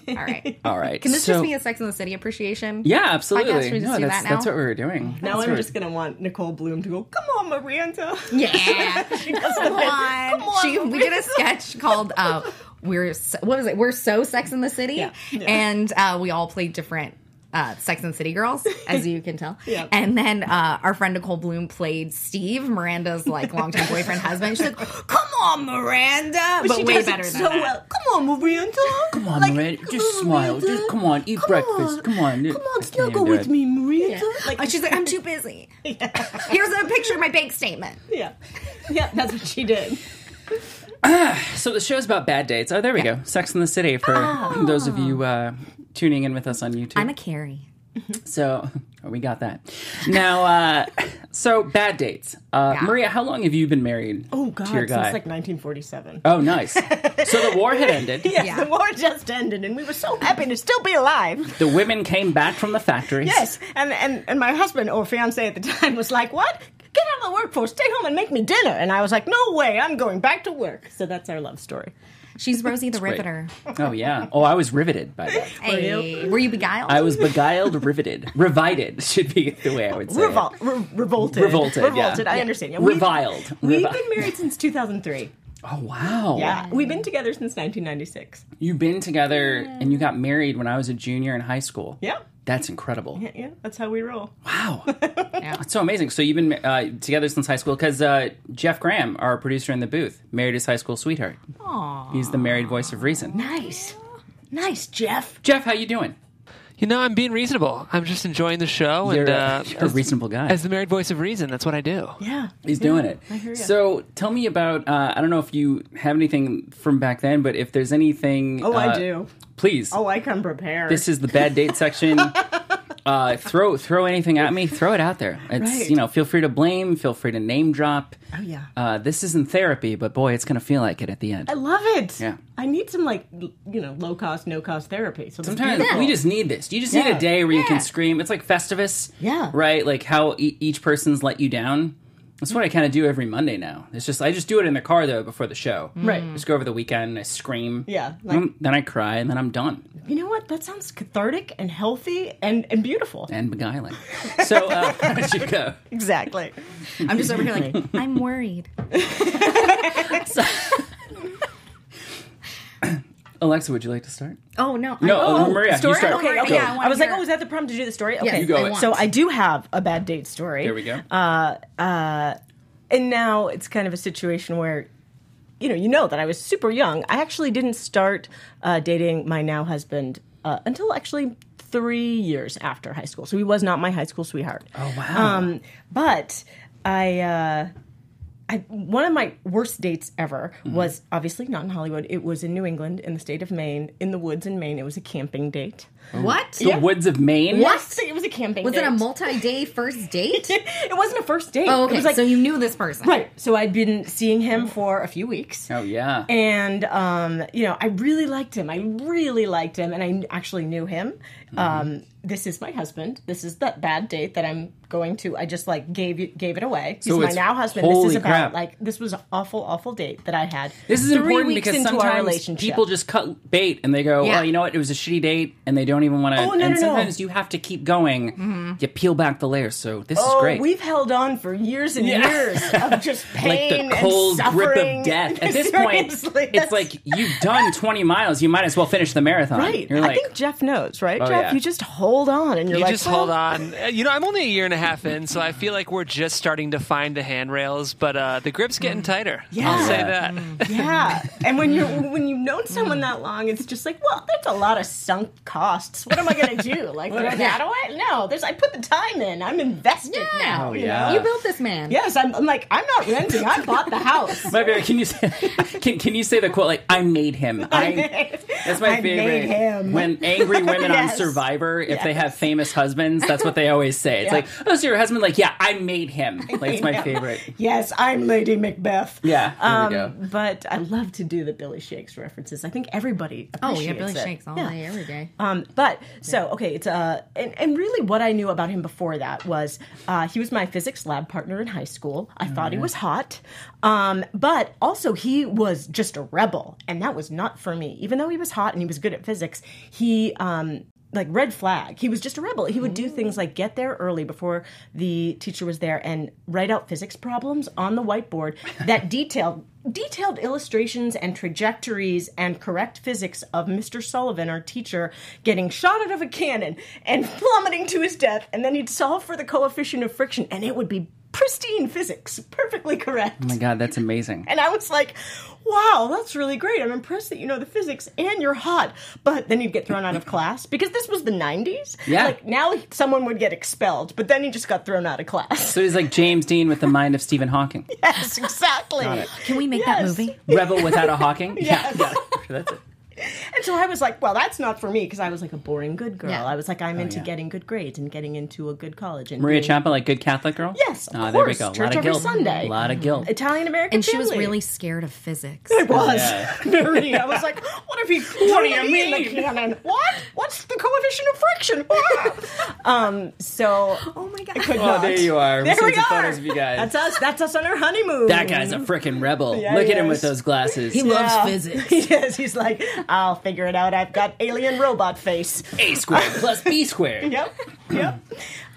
[SPEAKER 2] thing.
[SPEAKER 4] All right,
[SPEAKER 2] All right.
[SPEAKER 4] can this
[SPEAKER 2] so,
[SPEAKER 4] just be a Sex in the City appreciation?
[SPEAKER 2] yeah, absolutely.
[SPEAKER 4] podcast? Should we just
[SPEAKER 2] no,
[SPEAKER 4] do
[SPEAKER 2] that's
[SPEAKER 4] that
[SPEAKER 2] that's
[SPEAKER 4] now?
[SPEAKER 2] what we were doing.
[SPEAKER 3] now
[SPEAKER 2] That's
[SPEAKER 3] I'm
[SPEAKER 2] what-
[SPEAKER 3] just gonna want Nicole Bloom to go. Come on, Miranda.
[SPEAKER 4] Yeah.
[SPEAKER 3] she does
[SPEAKER 4] Come on.
[SPEAKER 3] Come on,
[SPEAKER 4] she, we did a
[SPEAKER 3] Marissa.
[SPEAKER 4] sketch called uh, "We're so, what was it? We're so Sex in the City,"
[SPEAKER 3] Yeah. Yeah.
[SPEAKER 4] and uh, we all played different. Uh, Sex and the City girls, as you can tell.
[SPEAKER 3] Yeah.
[SPEAKER 4] And then uh, our friend Nicole Bloom played Steve, Miranda's like longtime boyfriend husband. She's like, "Come on, Miranda," but,
[SPEAKER 3] she
[SPEAKER 4] way
[SPEAKER 3] does
[SPEAKER 4] better
[SPEAKER 3] it
[SPEAKER 4] than
[SPEAKER 3] so
[SPEAKER 4] that.
[SPEAKER 3] well. Come on, Miranda.
[SPEAKER 2] Come on,
[SPEAKER 3] Like,
[SPEAKER 2] Miranda.
[SPEAKER 3] come
[SPEAKER 2] Just
[SPEAKER 3] on,
[SPEAKER 2] smile.
[SPEAKER 3] Miranda.
[SPEAKER 2] Just come on. Eat
[SPEAKER 3] Come
[SPEAKER 2] breakfast.
[SPEAKER 3] on.
[SPEAKER 2] Come on.
[SPEAKER 3] Come on, snuggle with me, Miranda. Like,
[SPEAKER 4] Uh, she's like, "I'm too busy." Here's a picture of my bank statement.
[SPEAKER 3] yeah, yeah. That's what she did.
[SPEAKER 2] So the show's about bad dates. Oh, there we go. Sex in the City for
[SPEAKER 3] Ah.
[SPEAKER 2] those of you uh, tuning in with us on YouTube.
[SPEAKER 4] I'm a Carrie.
[SPEAKER 2] so oh, we got that. Now, uh, So bad dates. Uh,
[SPEAKER 4] Yeah.
[SPEAKER 2] Maria, how long have you been married
[SPEAKER 3] Oh God,
[SPEAKER 2] to your
[SPEAKER 3] since
[SPEAKER 2] guy?
[SPEAKER 3] like 1947.
[SPEAKER 2] oh, nice. so the war had ended.
[SPEAKER 3] yes,
[SPEAKER 4] Yeah.
[SPEAKER 3] the war just ended, and we were so happy to still be alive.
[SPEAKER 2] The women came back from the factories.
[SPEAKER 3] Yes, and and and my husband or fiance at the time was like, "What? Get out of the workforce. Stay home and make me dinner." And I was like, "No way. I'm going back to work." So that's our love story.
[SPEAKER 4] She's Rosie the
[SPEAKER 2] Great.
[SPEAKER 4] Riveter.
[SPEAKER 2] Oh yeah. Oh, I was riveted by that.
[SPEAKER 4] Hey, were you beguiled?
[SPEAKER 2] I was beguiled, riveted, revided should be the way I would say. it.
[SPEAKER 3] Revol- re- revolted.
[SPEAKER 2] Revolted, yeah.
[SPEAKER 3] Revolted. I
[SPEAKER 2] Yeah.
[SPEAKER 3] understand. Yeah,
[SPEAKER 2] Reviled.
[SPEAKER 3] We've, we've
[SPEAKER 2] Revi-
[SPEAKER 3] been married since 2003.
[SPEAKER 2] Oh wow.
[SPEAKER 3] Yeah, we've been together since 1996.
[SPEAKER 2] You've been together and you got married when I was a junior in high school.
[SPEAKER 3] Yeah.
[SPEAKER 2] That's incredible.
[SPEAKER 3] Yeah, that's how we roll.
[SPEAKER 2] Wow. That's so amazing. So you've been uh, together since high school because uh, Jeff Graham, our producer in the booth, married his high school sweetheart. He's the married voice of reason.
[SPEAKER 3] Nice. Nice, Jeff.
[SPEAKER 2] Jeff, how you doing?
[SPEAKER 5] You know, I'm being reasonable. I'm just enjoying the show,
[SPEAKER 2] You're
[SPEAKER 5] and
[SPEAKER 2] a-
[SPEAKER 5] uh,
[SPEAKER 2] a reasonable guy.
[SPEAKER 5] As the married voice of reason, that's what I do.
[SPEAKER 3] Yeah.
[SPEAKER 2] He's doing it.
[SPEAKER 3] hear ya.
[SPEAKER 2] So tell me about. Uh, I don't know if you have anything from back then, but if there's anything.
[SPEAKER 3] Oh, I
[SPEAKER 2] uh,
[SPEAKER 3] do.
[SPEAKER 2] Please.
[SPEAKER 3] Oh, I come prepared.
[SPEAKER 2] This is the bad date section. Uh, throw throw anything at me. Throw it out there. It's
[SPEAKER 3] Right.
[SPEAKER 2] you know. Feel free to blame. Feel free to name drop.
[SPEAKER 3] oh, yeah.
[SPEAKER 2] Uh, this isn't therapy, but boy, it's gonna feel like it at the end.
[SPEAKER 3] I love it.
[SPEAKER 2] Yeah.
[SPEAKER 3] I need some like l- you know low cost, no cost therapy. So that's
[SPEAKER 2] Sometimes
[SPEAKER 3] beautiful.
[SPEAKER 2] we just need this. You just need
[SPEAKER 3] Yeah.
[SPEAKER 2] a day where you
[SPEAKER 4] Yeah.
[SPEAKER 2] can scream. It's like Festivus.
[SPEAKER 3] Yeah.
[SPEAKER 2] Right? Like how e- each person's let you down. That's what I kind of do every Monday now. It's just I just do it in the car though before the show.
[SPEAKER 3] Mm-hmm. Right.
[SPEAKER 2] Just go over the weekend and I scream.
[SPEAKER 3] Yeah, like-
[SPEAKER 2] Mm, then I cry and then I'm done
[SPEAKER 3] you know what? That sounds cathartic and healthy and and beautiful.
[SPEAKER 2] and beguiling. So uh, how did you go?
[SPEAKER 3] Exactly.
[SPEAKER 4] I'm just over here like, I'm worried.
[SPEAKER 2] Alexa, would you like to start?
[SPEAKER 4] Oh no.
[SPEAKER 2] No,
[SPEAKER 4] I,
[SPEAKER 2] uh, Maria, you
[SPEAKER 4] story?
[SPEAKER 2] start.
[SPEAKER 4] Okay,
[SPEAKER 3] Okay,
[SPEAKER 4] okay.
[SPEAKER 3] okay.
[SPEAKER 4] Yeah, I,
[SPEAKER 3] I, was like, oh, is that the prompt to do the story? Okay,
[SPEAKER 4] you go
[SPEAKER 2] it.
[SPEAKER 3] So I do have a bad date story.
[SPEAKER 2] There we go.
[SPEAKER 3] Uh, and now it's kind of a situation where you know you know that i was super young i actually didn't start uh, dating my now husband uh, until actually three years after high school so he was not my high school sweetheart
[SPEAKER 2] oh wow.
[SPEAKER 3] um, but I, uh, I one of my worst dates ever
[SPEAKER 4] Mm-hmm.
[SPEAKER 3] was obviously not in Hollywood. It was in New England, in the state of Maine, in the woods in Maine. It was a camping date.
[SPEAKER 4] What?
[SPEAKER 2] the woods of Maine.
[SPEAKER 3] Yes, it was a camping.
[SPEAKER 4] Was
[SPEAKER 3] date.
[SPEAKER 4] it a multi-day first date?
[SPEAKER 3] It wasn't a first date.
[SPEAKER 4] Oh,
[SPEAKER 3] It
[SPEAKER 4] okay.
[SPEAKER 3] was like
[SPEAKER 4] so you knew this person.
[SPEAKER 3] right. So I'd been seeing him for a few weeks.
[SPEAKER 2] Oh yeah.
[SPEAKER 3] and um, you know i really liked him i really liked him and i kn- actually knew him
[SPEAKER 2] Mm-hmm.
[SPEAKER 3] um, this is my husband this is that bad date that i'm going to i just like gave you- gave it away he's
[SPEAKER 2] So
[SPEAKER 3] my
[SPEAKER 2] it's-
[SPEAKER 3] now husband this
[SPEAKER 2] holy
[SPEAKER 3] is about
[SPEAKER 2] crap.
[SPEAKER 3] like this was an awful awful date that i had
[SPEAKER 2] This is
[SPEAKER 3] three
[SPEAKER 2] important
[SPEAKER 3] weeks
[SPEAKER 2] because
[SPEAKER 3] into our
[SPEAKER 2] sometimes
[SPEAKER 3] relationship
[SPEAKER 2] people just cut bait and they go,
[SPEAKER 4] Yeah.
[SPEAKER 2] "Well, you know what? It was a shitty date," and they don't even want to.
[SPEAKER 3] Oh, no,
[SPEAKER 2] and
[SPEAKER 3] no, no.
[SPEAKER 2] sometimes you have to keep going. You peel back the layers. So this
[SPEAKER 3] Oh,
[SPEAKER 2] is great.
[SPEAKER 3] we've held on for years and
[SPEAKER 2] Yeah.
[SPEAKER 3] years of just
[SPEAKER 2] like
[SPEAKER 3] pain
[SPEAKER 2] the cold
[SPEAKER 3] and
[SPEAKER 2] grip
[SPEAKER 3] suffering.
[SPEAKER 2] of death. At this point,
[SPEAKER 3] Seriously,
[SPEAKER 2] it's
[SPEAKER 3] that's-
[SPEAKER 2] like you've done 20 miles. You might as well finish the marathon.
[SPEAKER 3] right.
[SPEAKER 2] You're like,
[SPEAKER 3] I think Jeff knows, right?
[SPEAKER 2] Oh,
[SPEAKER 3] Jeff,
[SPEAKER 2] yeah.
[SPEAKER 3] you just hold on, and you're
[SPEAKER 5] You
[SPEAKER 3] like,
[SPEAKER 5] just hold
[SPEAKER 3] "Well,
[SPEAKER 5] on. Uh, You know, I'm only a year and a half in, so I feel like we're just starting to find the handrails, but uh, the grip's getting tighter.
[SPEAKER 3] Yeah.
[SPEAKER 5] I'll say
[SPEAKER 2] Mm. Yeah. Mm.
[SPEAKER 5] that.
[SPEAKER 3] Yeah, and when you're when you've known someone that long, it's just like, well, there's a lot of sunk costs. What am I gonna do? Like, throw that away? No, there's. I put the time in. I'm invested
[SPEAKER 4] Oh, Yeah.
[SPEAKER 3] now. you
[SPEAKER 2] yeah.
[SPEAKER 3] know?
[SPEAKER 4] You built this man.
[SPEAKER 3] Yes, I'm, I'm like I'm not renting. I bought the house.
[SPEAKER 2] my favorite. Can you say? Can, can you say the quote like, "I made him"? I. That's my
[SPEAKER 3] I
[SPEAKER 2] favorite.
[SPEAKER 3] made him.
[SPEAKER 2] When angry women on
[SPEAKER 3] Yes.
[SPEAKER 2] Survivor, if they have famous husbands, that's what they always say. It's
[SPEAKER 3] Yeah.
[SPEAKER 2] like, "Oh, so your husband?" Like, yeah, I made him. Like, it's my
[SPEAKER 3] Yeah.
[SPEAKER 2] favorite.
[SPEAKER 3] Yes, I'm Lady Macbeth.
[SPEAKER 2] Yeah, there
[SPEAKER 3] um,
[SPEAKER 2] we go. Oh
[SPEAKER 3] But I love to do the Billy Shakes references. I think everybody.
[SPEAKER 4] Oh, yeah, Uh,
[SPEAKER 3] appreciates
[SPEAKER 4] Billy
[SPEAKER 3] it.
[SPEAKER 4] shakes all
[SPEAKER 3] Yeah.
[SPEAKER 4] day, every day.
[SPEAKER 3] Um, but so okay, it's uh, and, and really what I knew about him before that was uh, he was my physics lab partner in high school. I thought he was hot, um, but also he was just a rebel, and that was not for me. Even though he was hot and he was good at physics, he um, like red flag. He was just a rebel. He would do things like get there early before the teacher was there and write out physics problems on the whiteboard that detailed detailed illustrations and trajectories and correct physics of Mr. Sullivan, our teacher, getting shot out of a cannon and plummeting to his death, and then he'd solve for the coefficient of friction, and it would be pristine physics, perfectly correct.
[SPEAKER 2] Oh my god, that's amazing.
[SPEAKER 3] And I was like, wow, that's really great. I'm impressed that you know the physics and you're hot. But then you'd get thrown out of class because this was the 90s.
[SPEAKER 2] Yeah.
[SPEAKER 3] Like now he- someone would get expelled, but then he just got thrown out of class.
[SPEAKER 2] So he's like James Dean with the mind of Stephen Hawking.
[SPEAKER 3] yes, exactly.
[SPEAKER 4] Can we make that
[SPEAKER 3] Yes.
[SPEAKER 4] movie?
[SPEAKER 2] Rebel without a Hawking. Yeah,
[SPEAKER 3] Yes.
[SPEAKER 2] yeah, that's it.
[SPEAKER 3] And so I was like, well, that's not for me because I was like a boring good girl.
[SPEAKER 4] Yeah.
[SPEAKER 3] I was like, I'm into
[SPEAKER 2] Oh, yeah.
[SPEAKER 3] getting good grades and getting into a good college. And
[SPEAKER 2] Maria
[SPEAKER 3] being-
[SPEAKER 2] Champa, like good Catholic girl.
[SPEAKER 3] Yes, of
[SPEAKER 2] Ah, there we
[SPEAKER 3] course.
[SPEAKER 2] go. A lot
[SPEAKER 3] Church
[SPEAKER 2] of
[SPEAKER 3] every
[SPEAKER 2] guilt.
[SPEAKER 3] Sunday.
[SPEAKER 2] A lot of guilt.
[SPEAKER 3] Italian American,
[SPEAKER 4] And she was
[SPEAKER 3] family.
[SPEAKER 4] really scared of physics.
[SPEAKER 3] I was
[SPEAKER 2] Yeah.
[SPEAKER 3] very. I was like, what if he? What do you mean? The cannon? What? What's the coefficient of friction? Ah! um. So.
[SPEAKER 4] Oh my god.
[SPEAKER 3] I could
[SPEAKER 2] Oh,
[SPEAKER 3] not.
[SPEAKER 2] there you are. We
[SPEAKER 3] There
[SPEAKER 2] sent
[SPEAKER 3] we
[SPEAKER 2] some
[SPEAKER 3] are.
[SPEAKER 2] photos of you guys.
[SPEAKER 3] That's us. That's us on our honeymoon.
[SPEAKER 2] That guy's a freaking rebel.
[SPEAKER 3] Yeah,
[SPEAKER 2] Look
[SPEAKER 3] he
[SPEAKER 2] at him
[SPEAKER 3] is.
[SPEAKER 2] with those glasses.
[SPEAKER 4] He loves
[SPEAKER 3] Yeah.
[SPEAKER 4] physics.
[SPEAKER 3] He is. He's like, I'll figure it out. I've got alien robot face.
[SPEAKER 2] A squared plus B squared.
[SPEAKER 3] Yep. Yep.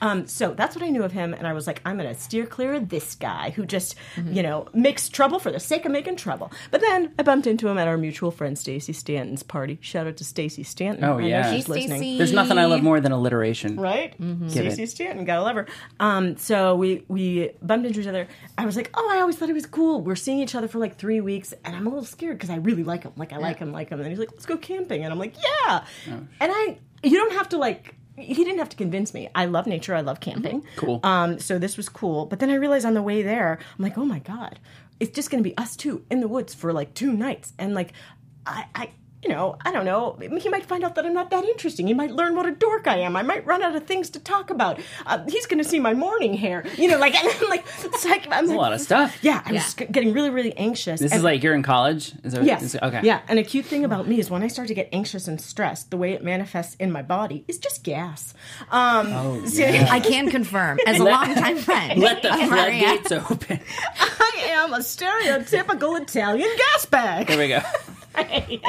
[SPEAKER 3] um, so that's what I knew of him, and I was like, I'm gonna steer clear of this guy who just, you know, makes trouble for the sake of making trouble. But then I bumped into him at our mutual friend Stacy Stanton's party. Shout out to Stacy Stanton.
[SPEAKER 2] Oh,
[SPEAKER 3] I know
[SPEAKER 2] yeah.
[SPEAKER 3] she's
[SPEAKER 2] Hey,
[SPEAKER 3] listening.
[SPEAKER 2] There's nothing I love more than alliteration.
[SPEAKER 3] Right?
[SPEAKER 2] Mm-hmm. Give
[SPEAKER 3] Stacey
[SPEAKER 2] it.
[SPEAKER 3] Stanton, gotta love her. Um, so we we bumped into each other. I was like, oh, I always thought he was cool. We're seeing each other for like three weeks, and I'm a little scared because I really like him. Like I like him, like him. And he's like, let's go camping, and I'm like,
[SPEAKER 2] Oh,
[SPEAKER 3] yeah. and I, you don't have to like. He didn't have to convince me. I love nature. I love camping.
[SPEAKER 2] Cool.
[SPEAKER 3] Um, so this was cool. But then I realized on the way there, I'm like, oh my god, it's just gonna be us two in the woods for like two nights, and like, I. I you know, I don't know. He might find out that I'm not that interesting. He might learn what a dork I am. I might run out of things to talk about. Uh, he's going to see my morning hair. You know, like, and I'm like, it's like, I'm like,
[SPEAKER 2] A lot of stuff.
[SPEAKER 3] Yeah, I was getting really, really anxious.
[SPEAKER 2] This
[SPEAKER 3] And-
[SPEAKER 2] is like you're in college. Is that,
[SPEAKER 3] Yes.
[SPEAKER 2] is- okay.
[SPEAKER 3] Yeah. And a cute thing about me is when I start to get anxious and stressed, the way it manifests in my body is just gas. Um,
[SPEAKER 2] Oh,
[SPEAKER 3] so-
[SPEAKER 2] yeah.
[SPEAKER 4] I can confirm as a longtime friend.
[SPEAKER 2] Let the
[SPEAKER 4] of Maria.
[SPEAKER 2] floodgates open.
[SPEAKER 3] I am a stereotypical Italian gas bag.
[SPEAKER 2] There we go.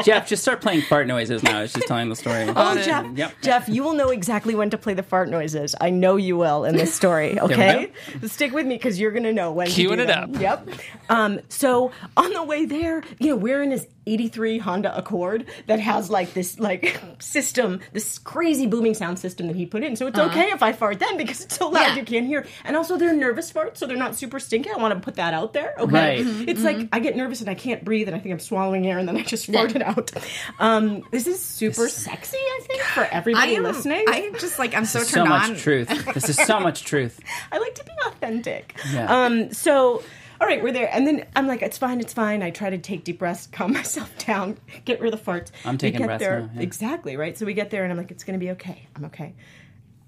[SPEAKER 2] Jeff, just start playing fart noises now. It's just telling the story.
[SPEAKER 3] Oh, Jeff,
[SPEAKER 2] Yep.
[SPEAKER 3] Jeff, you will know exactly when to play the fart noises. I know you will in this story. Okay, stick with me because you're gonna know when.
[SPEAKER 5] Cueing
[SPEAKER 3] to do
[SPEAKER 5] it
[SPEAKER 3] them.
[SPEAKER 5] up.
[SPEAKER 3] Yep. Um, so on the way there, you know, we're in this '83 Honda Accord that has like this like system, this crazy booming sound system that he put in. So it's
[SPEAKER 2] Uh-huh.
[SPEAKER 3] okay if I fart then because it's so loud
[SPEAKER 4] Yeah.
[SPEAKER 3] you can't hear. And also, they're nervous farts, so they're not super stinky. I want to put that out there. Okay. Mm-hmm.
[SPEAKER 2] Right. Mhm.
[SPEAKER 3] It's like
[SPEAKER 4] Mm-hmm.
[SPEAKER 3] I get nervous and I can't breathe and I think I'm swallowing air and then I just fart it out. Um, this is super sexy, I think, for
[SPEAKER 4] I
[SPEAKER 3] everybody
[SPEAKER 4] am
[SPEAKER 3] listening.
[SPEAKER 4] I am just like I'm so turned
[SPEAKER 2] So much
[SPEAKER 4] on.
[SPEAKER 2] truth. This is so much truth.
[SPEAKER 3] I like to be authentic.
[SPEAKER 2] Yeah.
[SPEAKER 3] Um, so, all right, we're there. And then I'm like, it's fine, it's fine. I try to take deep breaths, calm myself down, get rid of the farts.
[SPEAKER 2] I'm taking
[SPEAKER 3] we get
[SPEAKER 2] breaths
[SPEAKER 3] there.
[SPEAKER 2] now, yeah.
[SPEAKER 3] Exactly, right? So we get there and I'm like, it's going to be okay. I'm okay.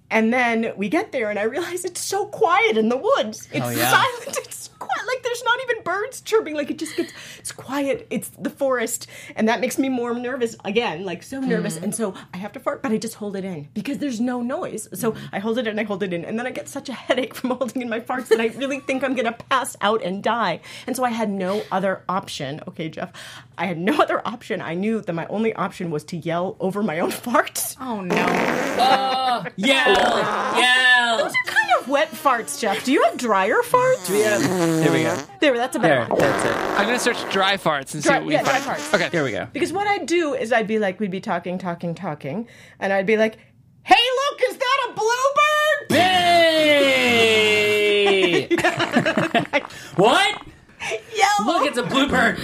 [SPEAKER 3] And then we get there and I realize it's so quiet in the woods. It's
[SPEAKER 2] Oh, yeah.
[SPEAKER 3] silent. It's quiet. Like there's not even birds chirping. Like it just gets, it's quiet. It's the forest. And that makes me more nervous again, like so nervous. And so I have to fart, but I just hold it in because there's no noise. So I hold it in, I hold it in. And then I get such a headache from holding in my farts that I really think I'm going to pass out and die. And so I had no other option. Okay, Jeff, I had no other option. I knew that my only option was to yell over my own farts.
[SPEAKER 4] Oh no.
[SPEAKER 2] Yell! Yell!
[SPEAKER 3] kind of wet farts, Jeff. Do you have drier farts?
[SPEAKER 2] There we go.
[SPEAKER 3] There, that's a better
[SPEAKER 2] There.
[SPEAKER 3] one.
[SPEAKER 2] That's it.
[SPEAKER 5] I'm gonna search dry farts and see
[SPEAKER 3] Dry-
[SPEAKER 5] what we
[SPEAKER 3] yeah, dry
[SPEAKER 5] find.
[SPEAKER 3] farts.
[SPEAKER 5] Okay.
[SPEAKER 2] Here we go.
[SPEAKER 3] Because what I'd do is I'd be like, we'd be talking, talking, talking, and I'd be like, hey, look, is that a bluebird?
[SPEAKER 2] Yay! what?
[SPEAKER 3] Yellow.
[SPEAKER 2] Look, it's a bluebird.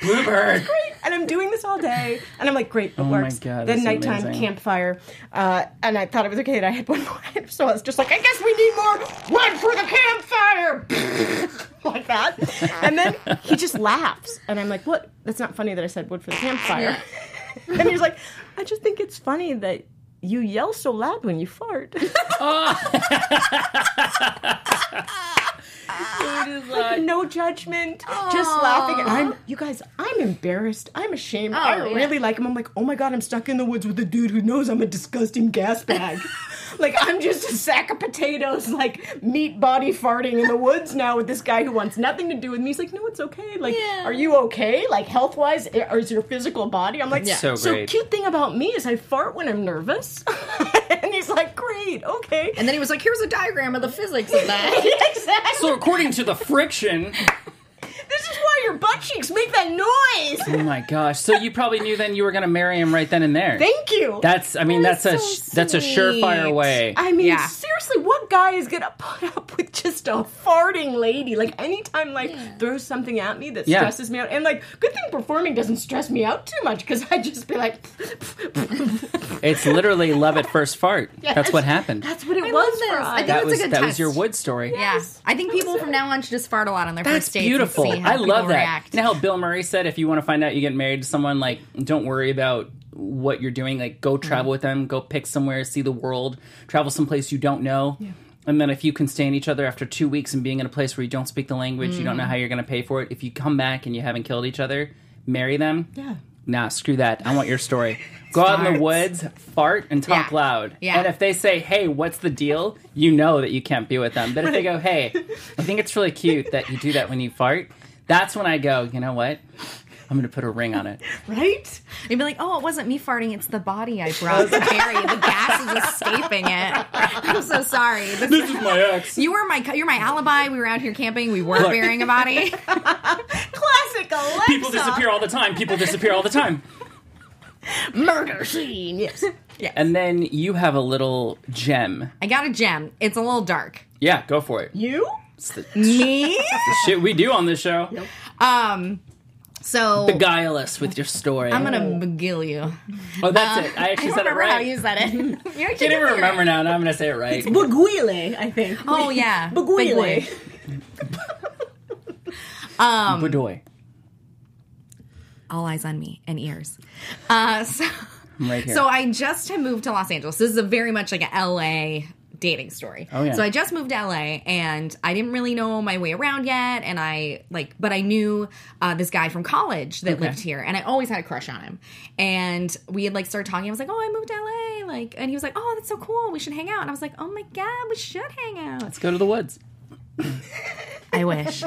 [SPEAKER 2] Bluebird.
[SPEAKER 3] and I'm doing this all day, and I'm like, great, it
[SPEAKER 2] Oh my
[SPEAKER 3] works.
[SPEAKER 2] God, that's
[SPEAKER 3] then nighttime
[SPEAKER 2] amazing.
[SPEAKER 3] campfire, uh, and I thought it was okay that I had one more, so I was just like, I guess we need more wood for the campfire, like that. And then he just laughs, and I'm like, what? That's not funny that I said wood for the campfire. and he's like, I just think it's funny that you yell so loud when you fart.
[SPEAKER 2] Oh.
[SPEAKER 3] no judgment, just laughing. And I'm, you guys, I'm embarrassed. I'm ashamed. I
[SPEAKER 4] yeah.
[SPEAKER 3] really like him. I'm like, oh my god, I'm stuck in the woods with a dude who knows I'm a disgusting gas bag. like I'm just a sack of potatoes, like meat body farting in the woods now with this guy who wants nothing to do with me. He's like, no, it's okay. Like,
[SPEAKER 4] Yeah.
[SPEAKER 3] are you okay? Like health wise, or is your physical body? I'm like,
[SPEAKER 2] Yeah. So great.
[SPEAKER 3] cute thing about me is I fart when I'm nervous. and he's like, great, okay.
[SPEAKER 4] And then he was like, here's a diagram of the physics of that.
[SPEAKER 3] exactly.
[SPEAKER 2] So, according to the friction,
[SPEAKER 3] this is why your butt cheeks make that noise.
[SPEAKER 2] oh my gosh. So, you probably knew then you were going to marry him right then and there.
[SPEAKER 3] Thank you.
[SPEAKER 2] That's, I mean, that's,
[SPEAKER 4] That
[SPEAKER 2] a
[SPEAKER 4] is
[SPEAKER 2] sh
[SPEAKER 4] so
[SPEAKER 2] that's a surefire
[SPEAKER 4] sweet.
[SPEAKER 2] way.
[SPEAKER 3] I mean,
[SPEAKER 4] Yeah.
[SPEAKER 3] seriously, what guy is gonna put up with just a farting lady. Like anytime, like throws something at me that
[SPEAKER 2] Yeah.
[SPEAKER 3] stresses me out, and like good thing performing doesn't stress me out too much because I just be like,
[SPEAKER 2] It's literally love at first fart. That's what happened.
[SPEAKER 3] that's what it
[SPEAKER 4] I
[SPEAKER 3] was
[SPEAKER 4] love this.
[SPEAKER 3] for us.
[SPEAKER 4] I think
[SPEAKER 2] that
[SPEAKER 4] it's a
[SPEAKER 2] was
[SPEAKER 4] good
[SPEAKER 2] that was
[SPEAKER 4] test.
[SPEAKER 2] your wood story.
[SPEAKER 4] Yeah, I think people from now on should just fart a lot on their
[SPEAKER 2] That's
[SPEAKER 4] first dates.
[SPEAKER 2] beautiful.
[SPEAKER 4] And see how
[SPEAKER 2] I love
[SPEAKER 4] people
[SPEAKER 2] that.
[SPEAKER 4] React.
[SPEAKER 2] You know how Bill Murray said, if you want to find out you get married to someone, like don't worry about what you're doing. Like go travel with them, go pick somewhere, see the world, travel someplace you don't know. And then if you can stand each other after two weeks and being in a place where you don't speak the language, you don't know how you're going to pay for it. If you come back and you haven't killed each other, marry them.
[SPEAKER 3] Yeah.
[SPEAKER 2] Nah, screw that. I want your story. Go out in the
[SPEAKER 4] Farts.
[SPEAKER 2] woods, fart, and talk
[SPEAKER 4] Yeah.
[SPEAKER 2] loud.
[SPEAKER 4] Yeah.
[SPEAKER 2] And if they say, hey, what's the deal? You know that you can't be with them. But if they go, hey, I think it's really cute that you do that when you fart, that's when I go, you know what? I'm going to put a ring on it.
[SPEAKER 3] right?
[SPEAKER 4] You'd be like, oh, it wasn't me farting. It's the body I brought to bury. The gas is escaping it. I'm so sorry. This-
[SPEAKER 2] This is my ex.
[SPEAKER 4] you were my you're my alibi. We were out here camping. We weren't
[SPEAKER 2] Look.
[SPEAKER 4] burying a body.
[SPEAKER 3] Classic Alexa.
[SPEAKER 2] People disappear all the time. People disappear all the time.
[SPEAKER 3] Murder scene. Yes.
[SPEAKER 2] And then you have a little gem.
[SPEAKER 4] I got a gem. It's a little dark.
[SPEAKER 2] Yeah, go for it.
[SPEAKER 3] You?
[SPEAKER 2] It's the,
[SPEAKER 4] Me?
[SPEAKER 2] the shit we do on this show.
[SPEAKER 4] Um. So
[SPEAKER 2] Beguile us with your story.
[SPEAKER 4] I'm gonna McGill you.
[SPEAKER 2] oh, that's it. I
[SPEAKER 4] I
[SPEAKER 2] actually
[SPEAKER 4] don't
[SPEAKER 2] said it
[SPEAKER 4] remember
[SPEAKER 2] right.
[SPEAKER 4] how you said it. You actually
[SPEAKER 2] I
[SPEAKER 4] did
[SPEAKER 2] can't even
[SPEAKER 4] say it
[SPEAKER 2] remember
[SPEAKER 4] right.
[SPEAKER 2] now, and I'm going to say it right.
[SPEAKER 3] Baguile, I think.
[SPEAKER 4] Oh yeah, Big boy.
[SPEAKER 3] Baguile.
[SPEAKER 2] Bedoy.
[SPEAKER 4] All eyes on me and ears. Uh, so,
[SPEAKER 2] I'm right here.
[SPEAKER 4] so I just had moved to Los Angeles. This is a very much like a LA dating story.
[SPEAKER 2] Oh, yeah.
[SPEAKER 4] So I just moved to LA and I didn't really know my way around yet. And I like, but I knew uh, this guy from college that lived here, and I always had a crush on him. And we had like started talking. I was like, oh, I moved to LA, like, and he was like, oh, that's so cool. We should hang out. And I was like, oh my god, we should hang out.
[SPEAKER 2] Let's go to the woods.
[SPEAKER 4] I wish.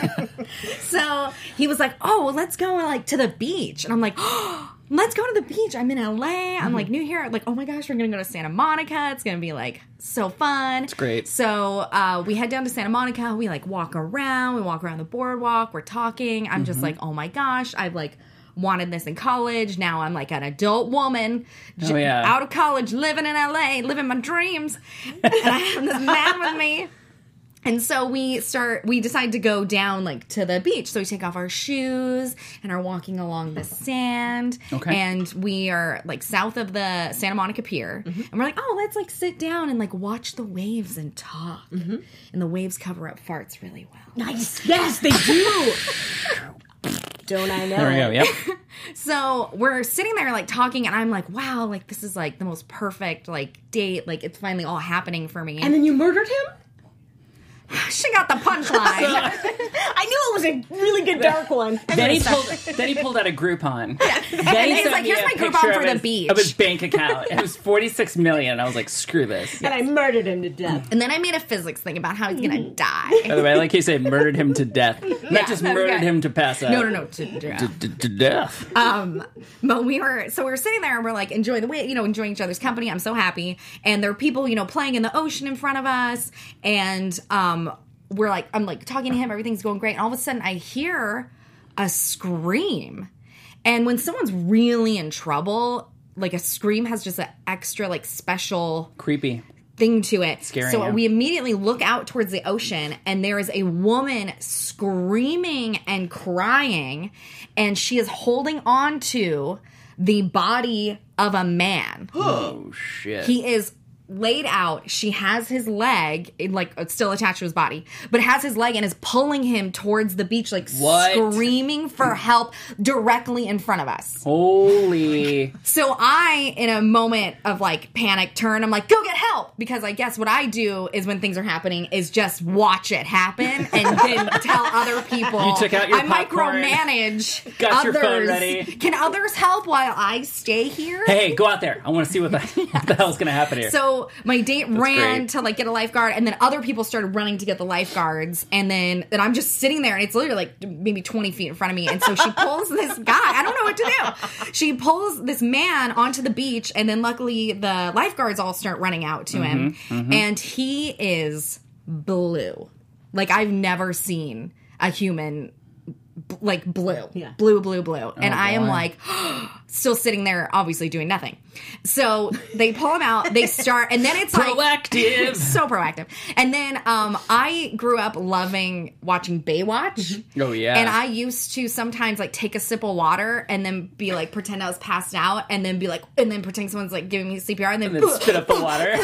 [SPEAKER 4] so he was like, "Oh, well, let's go like to the beach," and I'm like, oh, "Let's go to the beach. I'm in LA. I'm
[SPEAKER 2] Mm-hmm.
[SPEAKER 4] like new here. Like, oh my gosh, we're gonna go to Santa Monica. It's gonna be like so fun. It's
[SPEAKER 2] great.
[SPEAKER 4] So uh, we head down to Santa Monica. We like walk around. We walk around the boardwalk. We're talking. I'm
[SPEAKER 2] Mm-hmm.
[SPEAKER 4] just like, oh my gosh, I've like wanted this in college. Now I'm like an adult woman, j-
[SPEAKER 2] Oh, yeah.
[SPEAKER 4] out of college, living in LA, living my dreams, and I have this man with me. And so we start, we decide to go down like to the beach. So we take off our shoes and are walking along the sand.
[SPEAKER 2] Okay.
[SPEAKER 4] And we are like south of the Santa Monica Pier. And we're like, oh, let's like sit down and like watch the waves and talk. And the waves cover up farts really well.
[SPEAKER 3] Nice. Yes, they do. Don't I know?
[SPEAKER 2] There we go. Yep.
[SPEAKER 4] So we're sitting there like talking and I'm like, wow, like this is like the most perfect like date. Like it's finally all happening for me.
[SPEAKER 3] And
[SPEAKER 4] And
[SPEAKER 3] then you murdered him?
[SPEAKER 4] she got the punchline.
[SPEAKER 3] I knew it was a really good dark one.
[SPEAKER 2] then he pulled. Then he pulled out a Groupon. Then
[SPEAKER 4] he's
[SPEAKER 2] sent
[SPEAKER 4] like,
[SPEAKER 2] me
[SPEAKER 4] "Here's
[SPEAKER 2] a
[SPEAKER 4] my
[SPEAKER 2] picture
[SPEAKER 4] Groupon
[SPEAKER 2] of
[SPEAKER 4] for the
[SPEAKER 2] his-
[SPEAKER 4] beach."
[SPEAKER 2] Of his bank account. It was forty six million. I was like, screw this.
[SPEAKER 3] and I murdered him to death.
[SPEAKER 4] and then I made a physics thing about how he's gonna die.
[SPEAKER 2] By the way, like he said, murdered him to death. Not just
[SPEAKER 4] that's
[SPEAKER 2] murdered
[SPEAKER 4] good.
[SPEAKER 2] him to pass Uh, out.
[SPEAKER 4] No, no, no. To, drown.
[SPEAKER 2] D- to death.
[SPEAKER 4] um, but we were so we were sitting there and we're like enjoying the way you know enjoying each other's company. I'm so happy, and there are people you know playing in the ocean in front of us, and um, we're like I'm like talking to him, everything's going great, and all of a sudden I hear a scream, and when someone's really in trouble. Like a scream has just an extra, like special
[SPEAKER 2] Creepy.
[SPEAKER 4] thing to it.
[SPEAKER 2] Scaring
[SPEAKER 4] so
[SPEAKER 2] you.
[SPEAKER 4] we immediately look out towards the ocean, and there is a woman screaming and crying, and she is holding on to the body of a man.
[SPEAKER 2] Oh shit.
[SPEAKER 4] he is laid out. She has his leg, in, like it's still attached to his body, but has his leg and is pulling him towards the beach, like
[SPEAKER 2] What?
[SPEAKER 4] screaming for help directly in front of us.
[SPEAKER 2] Holy.
[SPEAKER 4] So I, in a moment of like panic, turn. I'm like, "Go get help!" Because I guess what I do is when things are happening is just watch it happen and then tell other people.
[SPEAKER 2] You took out your
[SPEAKER 4] I
[SPEAKER 2] popcorn.
[SPEAKER 4] micromanage.
[SPEAKER 2] Got your
[SPEAKER 4] others.
[SPEAKER 2] phone ready.
[SPEAKER 4] Can others help while I stay here?
[SPEAKER 2] Hey, go out there. I want to see what the, what the hell's gonna happen here.
[SPEAKER 4] So my date ran
[SPEAKER 2] great.
[SPEAKER 4] to like get a lifeguard, and then other people started running to get the lifeguards, and then then I'm just sitting there, and it's literally like maybe 20 feet in front of me, and so she pulls this guy. I don't know what to do. She pulls this man onto the beach, and then luckily the lifeguards all start running out to him, and he is blue, like I've never seen a human. b- Like blue,
[SPEAKER 3] Yeah.
[SPEAKER 4] blue, blue, blue, and I am
[SPEAKER 2] Oh, boy.
[SPEAKER 4] like still sitting there, obviously doing nothing. So they pull him out. They start, and then it's like
[SPEAKER 2] Proactive.
[SPEAKER 4] so proactive. And then um, I grew up loving watching Baywatch.
[SPEAKER 2] Oh, yeah.
[SPEAKER 4] And I used to sometimes like take a sip of water and then be like pretend I was passed out, and then be like, and then pretend someone's like giving me CPR, and then,
[SPEAKER 2] and then spit up the water.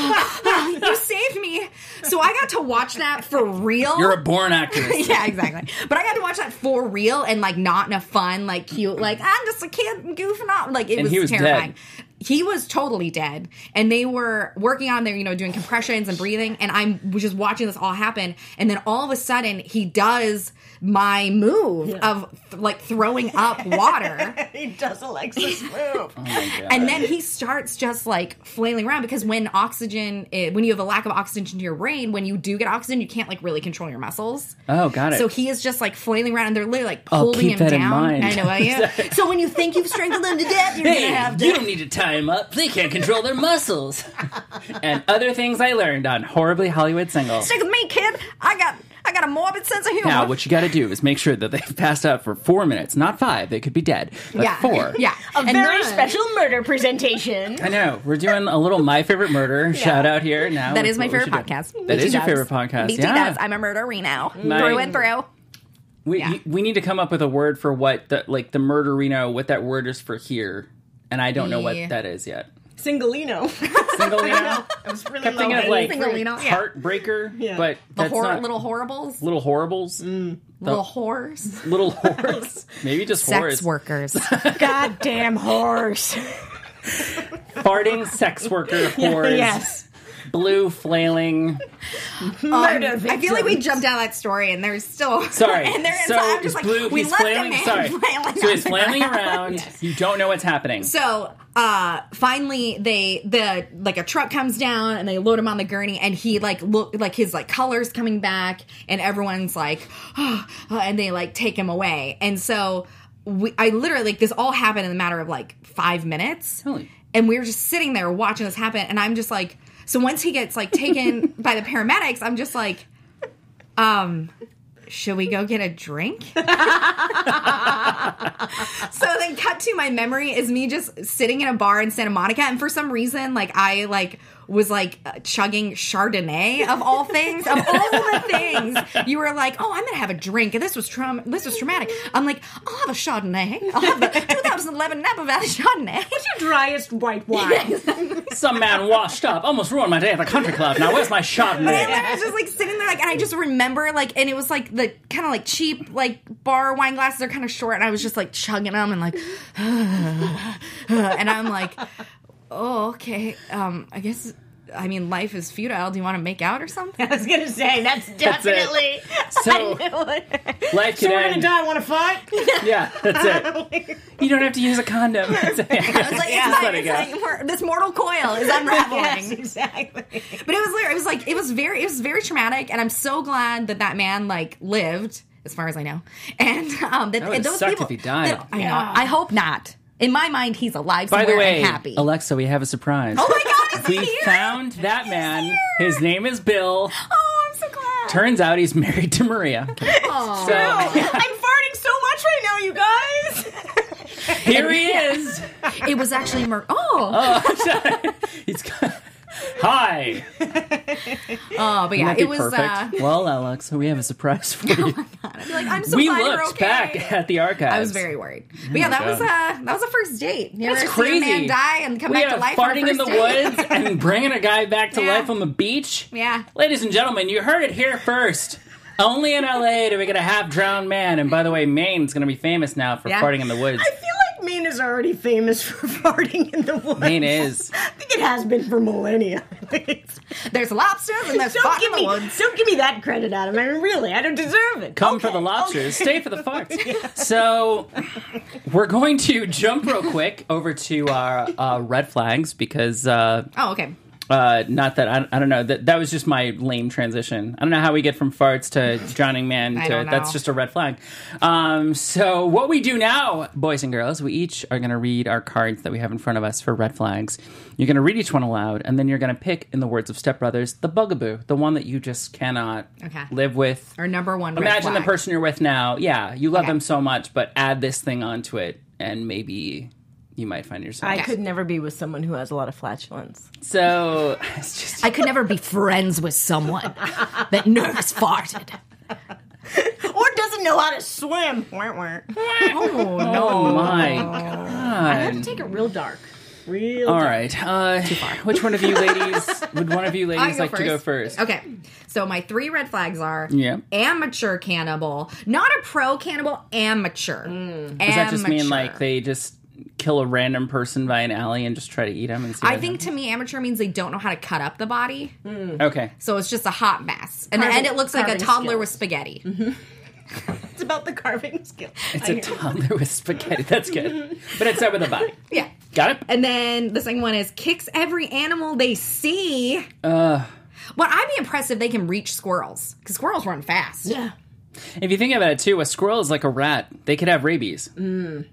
[SPEAKER 4] you saved me. So I got to watch that for real.
[SPEAKER 2] You're a born actress.
[SPEAKER 4] yeah, exactly. But I got to watch that for real and like not in a fun, like cute, like I'm just a kid goofing off. Like it
[SPEAKER 2] And
[SPEAKER 4] was,
[SPEAKER 2] he was
[SPEAKER 4] terrifying.
[SPEAKER 2] dead.
[SPEAKER 4] He was totally dead, and they were working on there, you know, doing compressions and breathing. And I'm was just watching this all happen, and then all of a sudden he does my move of th- like throwing up water.
[SPEAKER 3] He does Alexis move.
[SPEAKER 4] And then he starts just like flailing around because when oxygen, eh, when you have a lack of oxygen to your brain, when you do get oxygen, you can't like really control your muscles.
[SPEAKER 2] Oh, got it.
[SPEAKER 4] So he is just like flailing around, and they're literally like
[SPEAKER 2] I'll
[SPEAKER 4] holding
[SPEAKER 2] keep
[SPEAKER 4] him
[SPEAKER 2] that in
[SPEAKER 4] down.
[SPEAKER 2] mind.
[SPEAKER 4] I know, I am. so when you think you've strangled him to death, you're
[SPEAKER 2] Hey,
[SPEAKER 4] gonna have
[SPEAKER 2] you
[SPEAKER 4] to.
[SPEAKER 2] don't need to tie them up. They can't control their muscles. and other things I learned on Horribly Hollywood Single.
[SPEAKER 4] Stick with me, kid. I got, I got a morbid sense of humor.
[SPEAKER 2] Now, what you got to do is make sure that they've passed out for four minutes, not five. They could be dead. But
[SPEAKER 4] yeah,
[SPEAKER 2] four.
[SPEAKER 4] Yeah,
[SPEAKER 3] A
[SPEAKER 4] And
[SPEAKER 3] very
[SPEAKER 4] then-
[SPEAKER 3] special murder presentation.
[SPEAKER 2] I know. We're doing a little My Favorite Murder shout out here now.
[SPEAKER 4] That
[SPEAKER 2] It's
[SPEAKER 4] is my
[SPEAKER 2] what we
[SPEAKER 4] favorite
[SPEAKER 2] should do.
[SPEAKER 4] podcast.
[SPEAKER 2] That
[SPEAKER 4] Me
[SPEAKER 2] is
[SPEAKER 4] too
[SPEAKER 2] your
[SPEAKER 4] does.
[SPEAKER 2] favorite podcast.
[SPEAKER 4] Me too
[SPEAKER 2] yeah.
[SPEAKER 4] does. I'm a murderer now, through and through.
[SPEAKER 2] We,
[SPEAKER 4] Yeah.
[SPEAKER 2] we need to come up with a word for what the like the murderino, what that word is for here, and I don't know
[SPEAKER 4] Yeah.
[SPEAKER 2] what that is yet.
[SPEAKER 3] Singolino.
[SPEAKER 2] Singolino,
[SPEAKER 3] I was really
[SPEAKER 2] Kept thinking of
[SPEAKER 3] low-hanging
[SPEAKER 2] like
[SPEAKER 3] fruit.
[SPEAKER 4] Singolino, yeah.
[SPEAKER 2] heartbreaker,
[SPEAKER 3] Yeah.
[SPEAKER 2] but
[SPEAKER 4] The
[SPEAKER 2] that's
[SPEAKER 4] hor-
[SPEAKER 2] not
[SPEAKER 4] little horribles,
[SPEAKER 2] little horribles,
[SPEAKER 4] little horse,
[SPEAKER 2] little horse, maybe just
[SPEAKER 4] sex
[SPEAKER 2] horse.
[SPEAKER 4] workers.
[SPEAKER 3] goddamn horse.
[SPEAKER 2] farting sex worker whores,
[SPEAKER 3] yes.
[SPEAKER 2] blue flailing.
[SPEAKER 3] Murder
[SPEAKER 4] Um, I feel like we
[SPEAKER 3] victims.
[SPEAKER 4] jumped out of that story, and there's still
[SPEAKER 2] Sorry,
[SPEAKER 4] and there,
[SPEAKER 2] so
[SPEAKER 4] so I'm
[SPEAKER 2] it's
[SPEAKER 4] just like,
[SPEAKER 2] blue.
[SPEAKER 4] we
[SPEAKER 2] he's
[SPEAKER 4] left
[SPEAKER 2] flailing.
[SPEAKER 4] a man
[SPEAKER 2] sorry,
[SPEAKER 4] flailing
[SPEAKER 2] so
[SPEAKER 4] on
[SPEAKER 2] he's
[SPEAKER 4] the
[SPEAKER 2] flailing
[SPEAKER 4] ground.
[SPEAKER 2] around. You don't know what's happening.
[SPEAKER 4] So uh finally they the like a truck comes down and they load him on the gurney and he like look like his like colors coming back and everyone's like uh, and they like take him away. And so we, I literally like this all happened in a matter of like 5 minutes.
[SPEAKER 2] Holy.
[SPEAKER 4] And we were just sitting there watching this happen and I'm just like so once he gets like taken by the paramedics, I'm just like um should we go get a drink? so then cut to my memory is me just sitting in a bar in Santa Monica and for some reason like I like was like uh, chugging Chardonnay of all things of all the things you were like oh I'm gonna have a drink and this was traum this was traumatic I'm like I'll have a Chardonnay I'll have the 2011 Napa Valley Chardonnay
[SPEAKER 3] driest white wine.
[SPEAKER 2] Some man washed up almost ruined my day at the country club. Now where's my
[SPEAKER 4] And
[SPEAKER 2] Chardonnay?
[SPEAKER 4] I was just like sitting there, like, and I just remember, like, and it was like the kind of like cheap, like bar wine glasses are kind of short, and I was just like chugging them and like, and I'm like, oh, okay, um, I guess, I mean, life is futile. Do you want to make out or something?
[SPEAKER 3] I was gonna say that's
[SPEAKER 2] definitely-
[SPEAKER 3] definitely.
[SPEAKER 2] So life could
[SPEAKER 3] so we're gonna
[SPEAKER 2] end.
[SPEAKER 3] die. Want to fight?
[SPEAKER 2] Yeah, that's it. You don't have to use a condom.
[SPEAKER 4] I was like,
[SPEAKER 3] Yeah.
[SPEAKER 4] it's,
[SPEAKER 2] Let
[SPEAKER 4] like,
[SPEAKER 2] it
[SPEAKER 4] it's
[SPEAKER 2] go.
[SPEAKER 4] like we're- this mortal coil is unraveling.
[SPEAKER 3] exactly.
[SPEAKER 4] But it was literally, it was like it was very it was very traumatic, and I'm so glad that that man like lived as far as I know, and um that,
[SPEAKER 2] would've
[SPEAKER 4] and those
[SPEAKER 2] sucked
[SPEAKER 4] people
[SPEAKER 2] if he died.
[SPEAKER 4] that- I know. I hope not. In my mind, he's alive.
[SPEAKER 2] By
[SPEAKER 4] Somewhere
[SPEAKER 2] the way,
[SPEAKER 4] and happy.
[SPEAKER 2] Alexa, we have a surprise.
[SPEAKER 4] oh my god, is he
[SPEAKER 2] we
[SPEAKER 4] here?
[SPEAKER 2] found that man. His name is Bill.
[SPEAKER 4] Oh, I'm so glad.
[SPEAKER 2] Turns out he's married to Maria.
[SPEAKER 4] Aw.
[SPEAKER 2] So
[SPEAKER 3] I'm farting so much right now, you guys.
[SPEAKER 2] here he is.
[SPEAKER 4] It was actually Mer- oh,
[SPEAKER 2] He's got- Hi.
[SPEAKER 4] oh, but
[SPEAKER 2] That'd
[SPEAKER 4] yeah, it
[SPEAKER 2] be
[SPEAKER 4] was.
[SPEAKER 2] perfect.
[SPEAKER 4] Uh, Oh
[SPEAKER 2] Well, Alexa, we have a surprise for you.
[SPEAKER 4] I'd be like, I'm so
[SPEAKER 2] we
[SPEAKER 4] glad
[SPEAKER 2] looked
[SPEAKER 4] you're okay.
[SPEAKER 2] back at the archives.
[SPEAKER 4] I was very worried. But yeah, that
[SPEAKER 2] God.
[SPEAKER 4] was uh that was a first date. You
[SPEAKER 2] That's
[SPEAKER 4] ever
[SPEAKER 2] crazy.
[SPEAKER 4] See a man die and come
[SPEAKER 2] we
[SPEAKER 4] back
[SPEAKER 2] have
[SPEAKER 4] to life. on a
[SPEAKER 2] farting in the
[SPEAKER 4] first date?
[SPEAKER 2] woods and bringing a guy back to
[SPEAKER 4] Yeah.
[SPEAKER 2] life on the beach.
[SPEAKER 4] Yeah.
[SPEAKER 2] Ladies and gentlemen, you heard it here first. Only in LA do we get a half drowned man. And by the way, Maine's going to be famous now for
[SPEAKER 4] Yeah.
[SPEAKER 2] farting in the woods.
[SPEAKER 3] I feel like Maine is already famous for farting in the woods.
[SPEAKER 2] Maine is.
[SPEAKER 3] I think it has been for millennia.
[SPEAKER 4] There's lobsters and there's
[SPEAKER 3] don't
[SPEAKER 4] farting
[SPEAKER 3] give
[SPEAKER 4] in the
[SPEAKER 3] me,
[SPEAKER 4] woods.
[SPEAKER 3] don't give me that credit, Adam. I mean, really, I don't deserve it.
[SPEAKER 2] Come for the lobsters, stay for the farts. So, we're going to jump real quick over to our uh, red flags because uh,
[SPEAKER 4] Oh, okay.
[SPEAKER 2] Uh, not that I, I don't know that that was just my lame transition. I don't know how we get from farts to drowning man.
[SPEAKER 4] I
[SPEAKER 2] To,
[SPEAKER 4] don't
[SPEAKER 2] that's
[SPEAKER 4] know.
[SPEAKER 2] just a red flag. Um, so what we do now, boys and girls, we each are going to read our cards that we have in front of us for red flags. You're going to read each one aloud, and then you're going to pick, in the words of Step Brothers, the bugaboo, the one that you just cannot
[SPEAKER 4] Okay.
[SPEAKER 2] live with.
[SPEAKER 4] Our number one. red
[SPEAKER 2] Imagine the
[SPEAKER 4] flag.
[SPEAKER 2] person you're with now. Yeah, you love
[SPEAKER 4] Okay.
[SPEAKER 2] them so much, but add this thing onto it, and maybe you might find yourself.
[SPEAKER 3] I could never be with someone who has a lot of flatulence.
[SPEAKER 2] so it's just
[SPEAKER 4] I could never be friends with someone that nervous farted.
[SPEAKER 3] Or doesn't know how to swim.
[SPEAKER 4] Oh no!
[SPEAKER 2] oh my god.
[SPEAKER 3] Take it real dark. Real
[SPEAKER 2] All right, uh, which one of you ladies would one of you
[SPEAKER 4] I
[SPEAKER 2] ladies
[SPEAKER 4] go
[SPEAKER 2] like to go first?
[SPEAKER 4] Okay. So my three red flags are
[SPEAKER 2] Yeah.
[SPEAKER 4] amateur cannibal, not a pro cannibal, amateur.
[SPEAKER 2] Mm. Does that just mean like they just kill a random person by an alley and just try to eat them and see?
[SPEAKER 4] I
[SPEAKER 2] what
[SPEAKER 4] think to me, amateur means they don't know how to cut up the body,
[SPEAKER 2] happens? okay.
[SPEAKER 4] so it's just a hot mess, and, and
[SPEAKER 3] Carving-
[SPEAKER 4] it looks like a
[SPEAKER 3] carving
[SPEAKER 4] toddler
[SPEAKER 3] skills.
[SPEAKER 4] with spaghetti.
[SPEAKER 2] Mm-hmm.
[SPEAKER 3] It's about the carving skill.
[SPEAKER 2] It's a toddler with spaghetti. That's good, but it's not with a body.
[SPEAKER 4] Yeah.
[SPEAKER 2] Got it.
[SPEAKER 4] And then the second one is kicks every animal they see. But I'd be impressed if they can reach squirrels because squirrels run fast.
[SPEAKER 3] Yeah.
[SPEAKER 2] If you think about it too, a squirrel is like a rat. They could have rabies. You,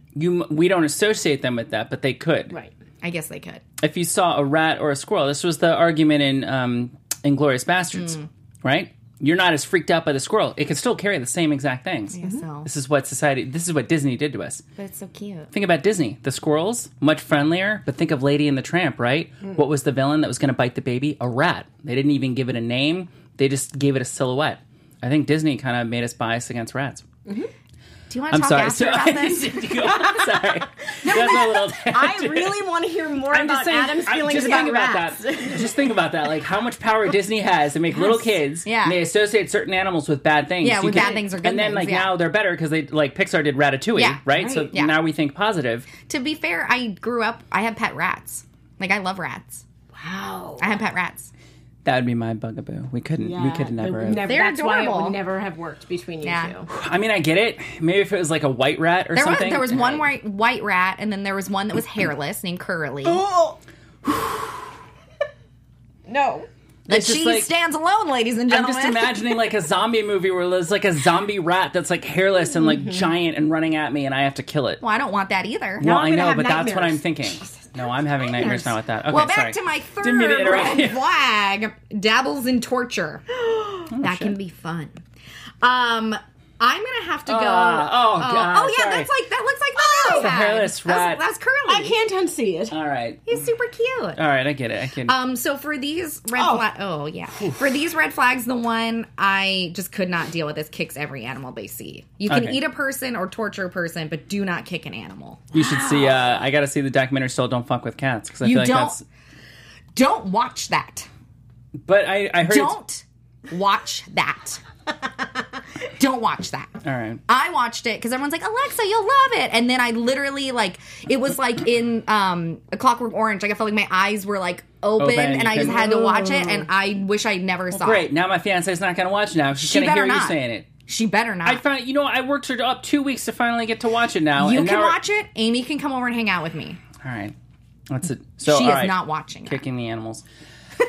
[SPEAKER 2] we don't associate them with that, but they could.
[SPEAKER 3] Right.
[SPEAKER 4] I guess they could.
[SPEAKER 2] If you saw a rat or a squirrel, this was the argument in um, Inglorious Bastards, right? You're not as freaked out by the squirrel. It can still carry the same exact things.
[SPEAKER 4] So,
[SPEAKER 2] This is what society. This is what Disney did to us.
[SPEAKER 4] but it's so cute.
[SPEAKER 2] Think about Disney. The squirrels, much friendlier, but think of Lady and the Tramp, right? What was the villain that was going to bite the baby? A rat. They didn't even give it a name, they just gave it a silhouette. I think Disney kind of made us biased against rats.
[SPEAKER 4] Do you want to
[SPEAKER 2] I'm
[SPEAKER 4] talk
[SPEAKER 2] sorry. So-
[SPEAKER 4] after about this?
[SPEAKER 2] sorry. That's a little
[SPEAKER 3] I really want to hear more
[SPEAKER 2] I'm
[SPEAKER 3] about
[SPEAKER 2] just saying,
[SPEAKER 3] Adam's
[SPEAKER 2] I-
[SPEAKER 3] feelings
[SPEAKER 2] just
[SPEAKER 3] about
[SPEAKER 2] think
[SPEAKER 3] rats.
[SPEAKER 2] about that. Just think about that. Like how much power Disney has to make little kids.
[SPEAKER 4] Yeah.
[SPEAKER 2] And they associate certain animals with bad things.
[SPEAKER 4] Yeah,
[SPEAKER 2] You
[SPEAKER 4] with
[SPEAKER 2] can-
[SPEAKER 4] bad things or good
[SPEAKER 2] And then
[SPEAKER 4] things,
[SPEAKER 2] like
[SPEAKER 4] yeah.
[SPEAKER 2] now they're better because they like Pixar did Ratatouille,
[SPEAKER 4] Yeah,
[SPEAKER 2] right? So
[SPEAKER 4] right, yeah.
[SPEAKER 2] now we think positive.
[SPEAKER 4] to be fair, I grew up. I had pet rats. Like I love rats. Wow. I had pet rats.
[SPEAKER 2] That would be my bugaboo. We couldn't. we could never. have-
[SPEAKER 4] They're
[SPEAKER 3] that's why it
[SPEAKER 4] adorable.
[SPEAKER 3] would never have worked between you
[SPEAKER 4] Yeah.
[SPEAKER 3] two.
[SPEAKER 2] I mean, I get it. Maybe if it was like a white rat or
[SPEAKER 4] There was
[SPEAKER 2] something.
[SPEAKER 4] there was one white white rat, and then there was one that was hairless named Curly.
[SPEAKER 3] Oh. no.
[SPEAKER 4] The
[SPEAKER 2] just
[SPEAKER 4] cheese
[SPEAKER 2] like-
[SPEAKER 4] stands alone, ladies and
[SPEAKER 2] I'm
[SPEAKER 4] gentlemen.
[SPEAKER 2] just imagining like a zombie movie where there's like a zombie rat that's like hairless and like giant and running at me, and I have to kill it.
[SPEAKER 4] Mm-hmm. well, I don't want that either.
[SPEAKER 2] well,
[SPEAKER 3] I'm
[SPEAKER 2] I
[SPEAKER 3] gonna
[SPEAKER 2] know,
[SPEAKER 3] have
[SPEAKER 2] but that's what
[SPEAKER 3] nightmares.
[SPEAKER 2] I'm thinking. no, I'm having nightmares now with that. Okay,
[SPEAKER 4] well, back
[SPEAKER 2] sorry.
[SPEAKER 4] to my third
[SPEAKER 2] Didn't mean to interrupt you. Oh,
[SPEAKER 4] red flag: dabbles in torture. that can be fun. Um, I'm gonna have to go.
[SPEAKER 2] Ah, oh,
[SPEAKER 4] uh,
[SPEAKER 2] God,
[SPEAKER 4] oh yeah,
[SPEAKER 2] sorry.
[SPEAKER 4] that's like that looks like the
[SPEAKER 2] the
[SPEAKER 4] rat.
[SPEAKER 2] hairless
[SPEAKER 4] That was-
[SPEAKER 2] rat.
[SPEAKER 4] That's
[SPEAKER 3] I
[SPEAKER 4] Curly.
[SPEAKER 3] can't unsee it.
[SPEAKER 2] All right,
[SPEAKER 4] He's super cute.
[SPEAKER 2] all right, I get it. I can.
[SPEAKER 4] Um, so for these red
[SPEAKER 3] Oh.
[SPEAKER 4] flags, oh yeah, for these red flags, the one I just could not deal with is kicks every animal they see. You can
[SPEAKER 2] Okay.
[SPEAKER 4] eat a person or torture a person, but do not kick an animal.
[SPEAKER 2] you should see. Uh, I got to see the documentary. Still, don't fuck with cats because I
[SPEAKER 4] You
[SPEAKER 2] feel like
[SPEAKER 4] don't.
[SPEAKER 2] that's.
[SPEAKER 4] Don't watch that.
[SPEAKER 2] But I, I heard. it's-
[SPEAKER 4] Don't watch that. Don't watch that.
[SPEAKER 2] All right.
[SPEAKER 4] I watched it because everyone's like, Alexa, you'll love it. And then I literally like it was like in um a clockwork orange. Like I felt like my eyes were like open,
[SPEAKER 2] Open,
[SPEAKER 4] and
[SPEAKER 2] you
[SPEAKER 4] I just
[SPEAKER 2] couldn't- Oh.
[SPEAKER 4] had to watch it and I wish I never saw
[SPEAKER 2] Great.
[SPEAKER 4] it.
[SPEAKER 2] Now my fiance's not going to watch now. She's
[SPEAKER 4] She
[SPEAKER 2] going to
[SPEAKER 4] better
[SPEAKER 2] hear you
[SPEAKER 4] not.
[SPEAKER 2] saying it.
[SPEAKER 4] She better not.
[SPEAKER 2] I found, you know, I worked her up two weeks to finally get to watch it now.
[SPEAKER 4] you
[SPEAKER 2] and
[SPEAKER 4] can
[SPEAKER 2] now
[SPEAKER 4] watch it. Amy can come over and hang out with me.
[SPEAKER 2] All right, that's it. So
[SPEAKER 4] she
[SPEAKER 2] all
[SPEAKER 4] is
[SPEAKER 2] right.
[SPEAKER 4] not watching. that.
[SPEAKER 2] kicking the animals.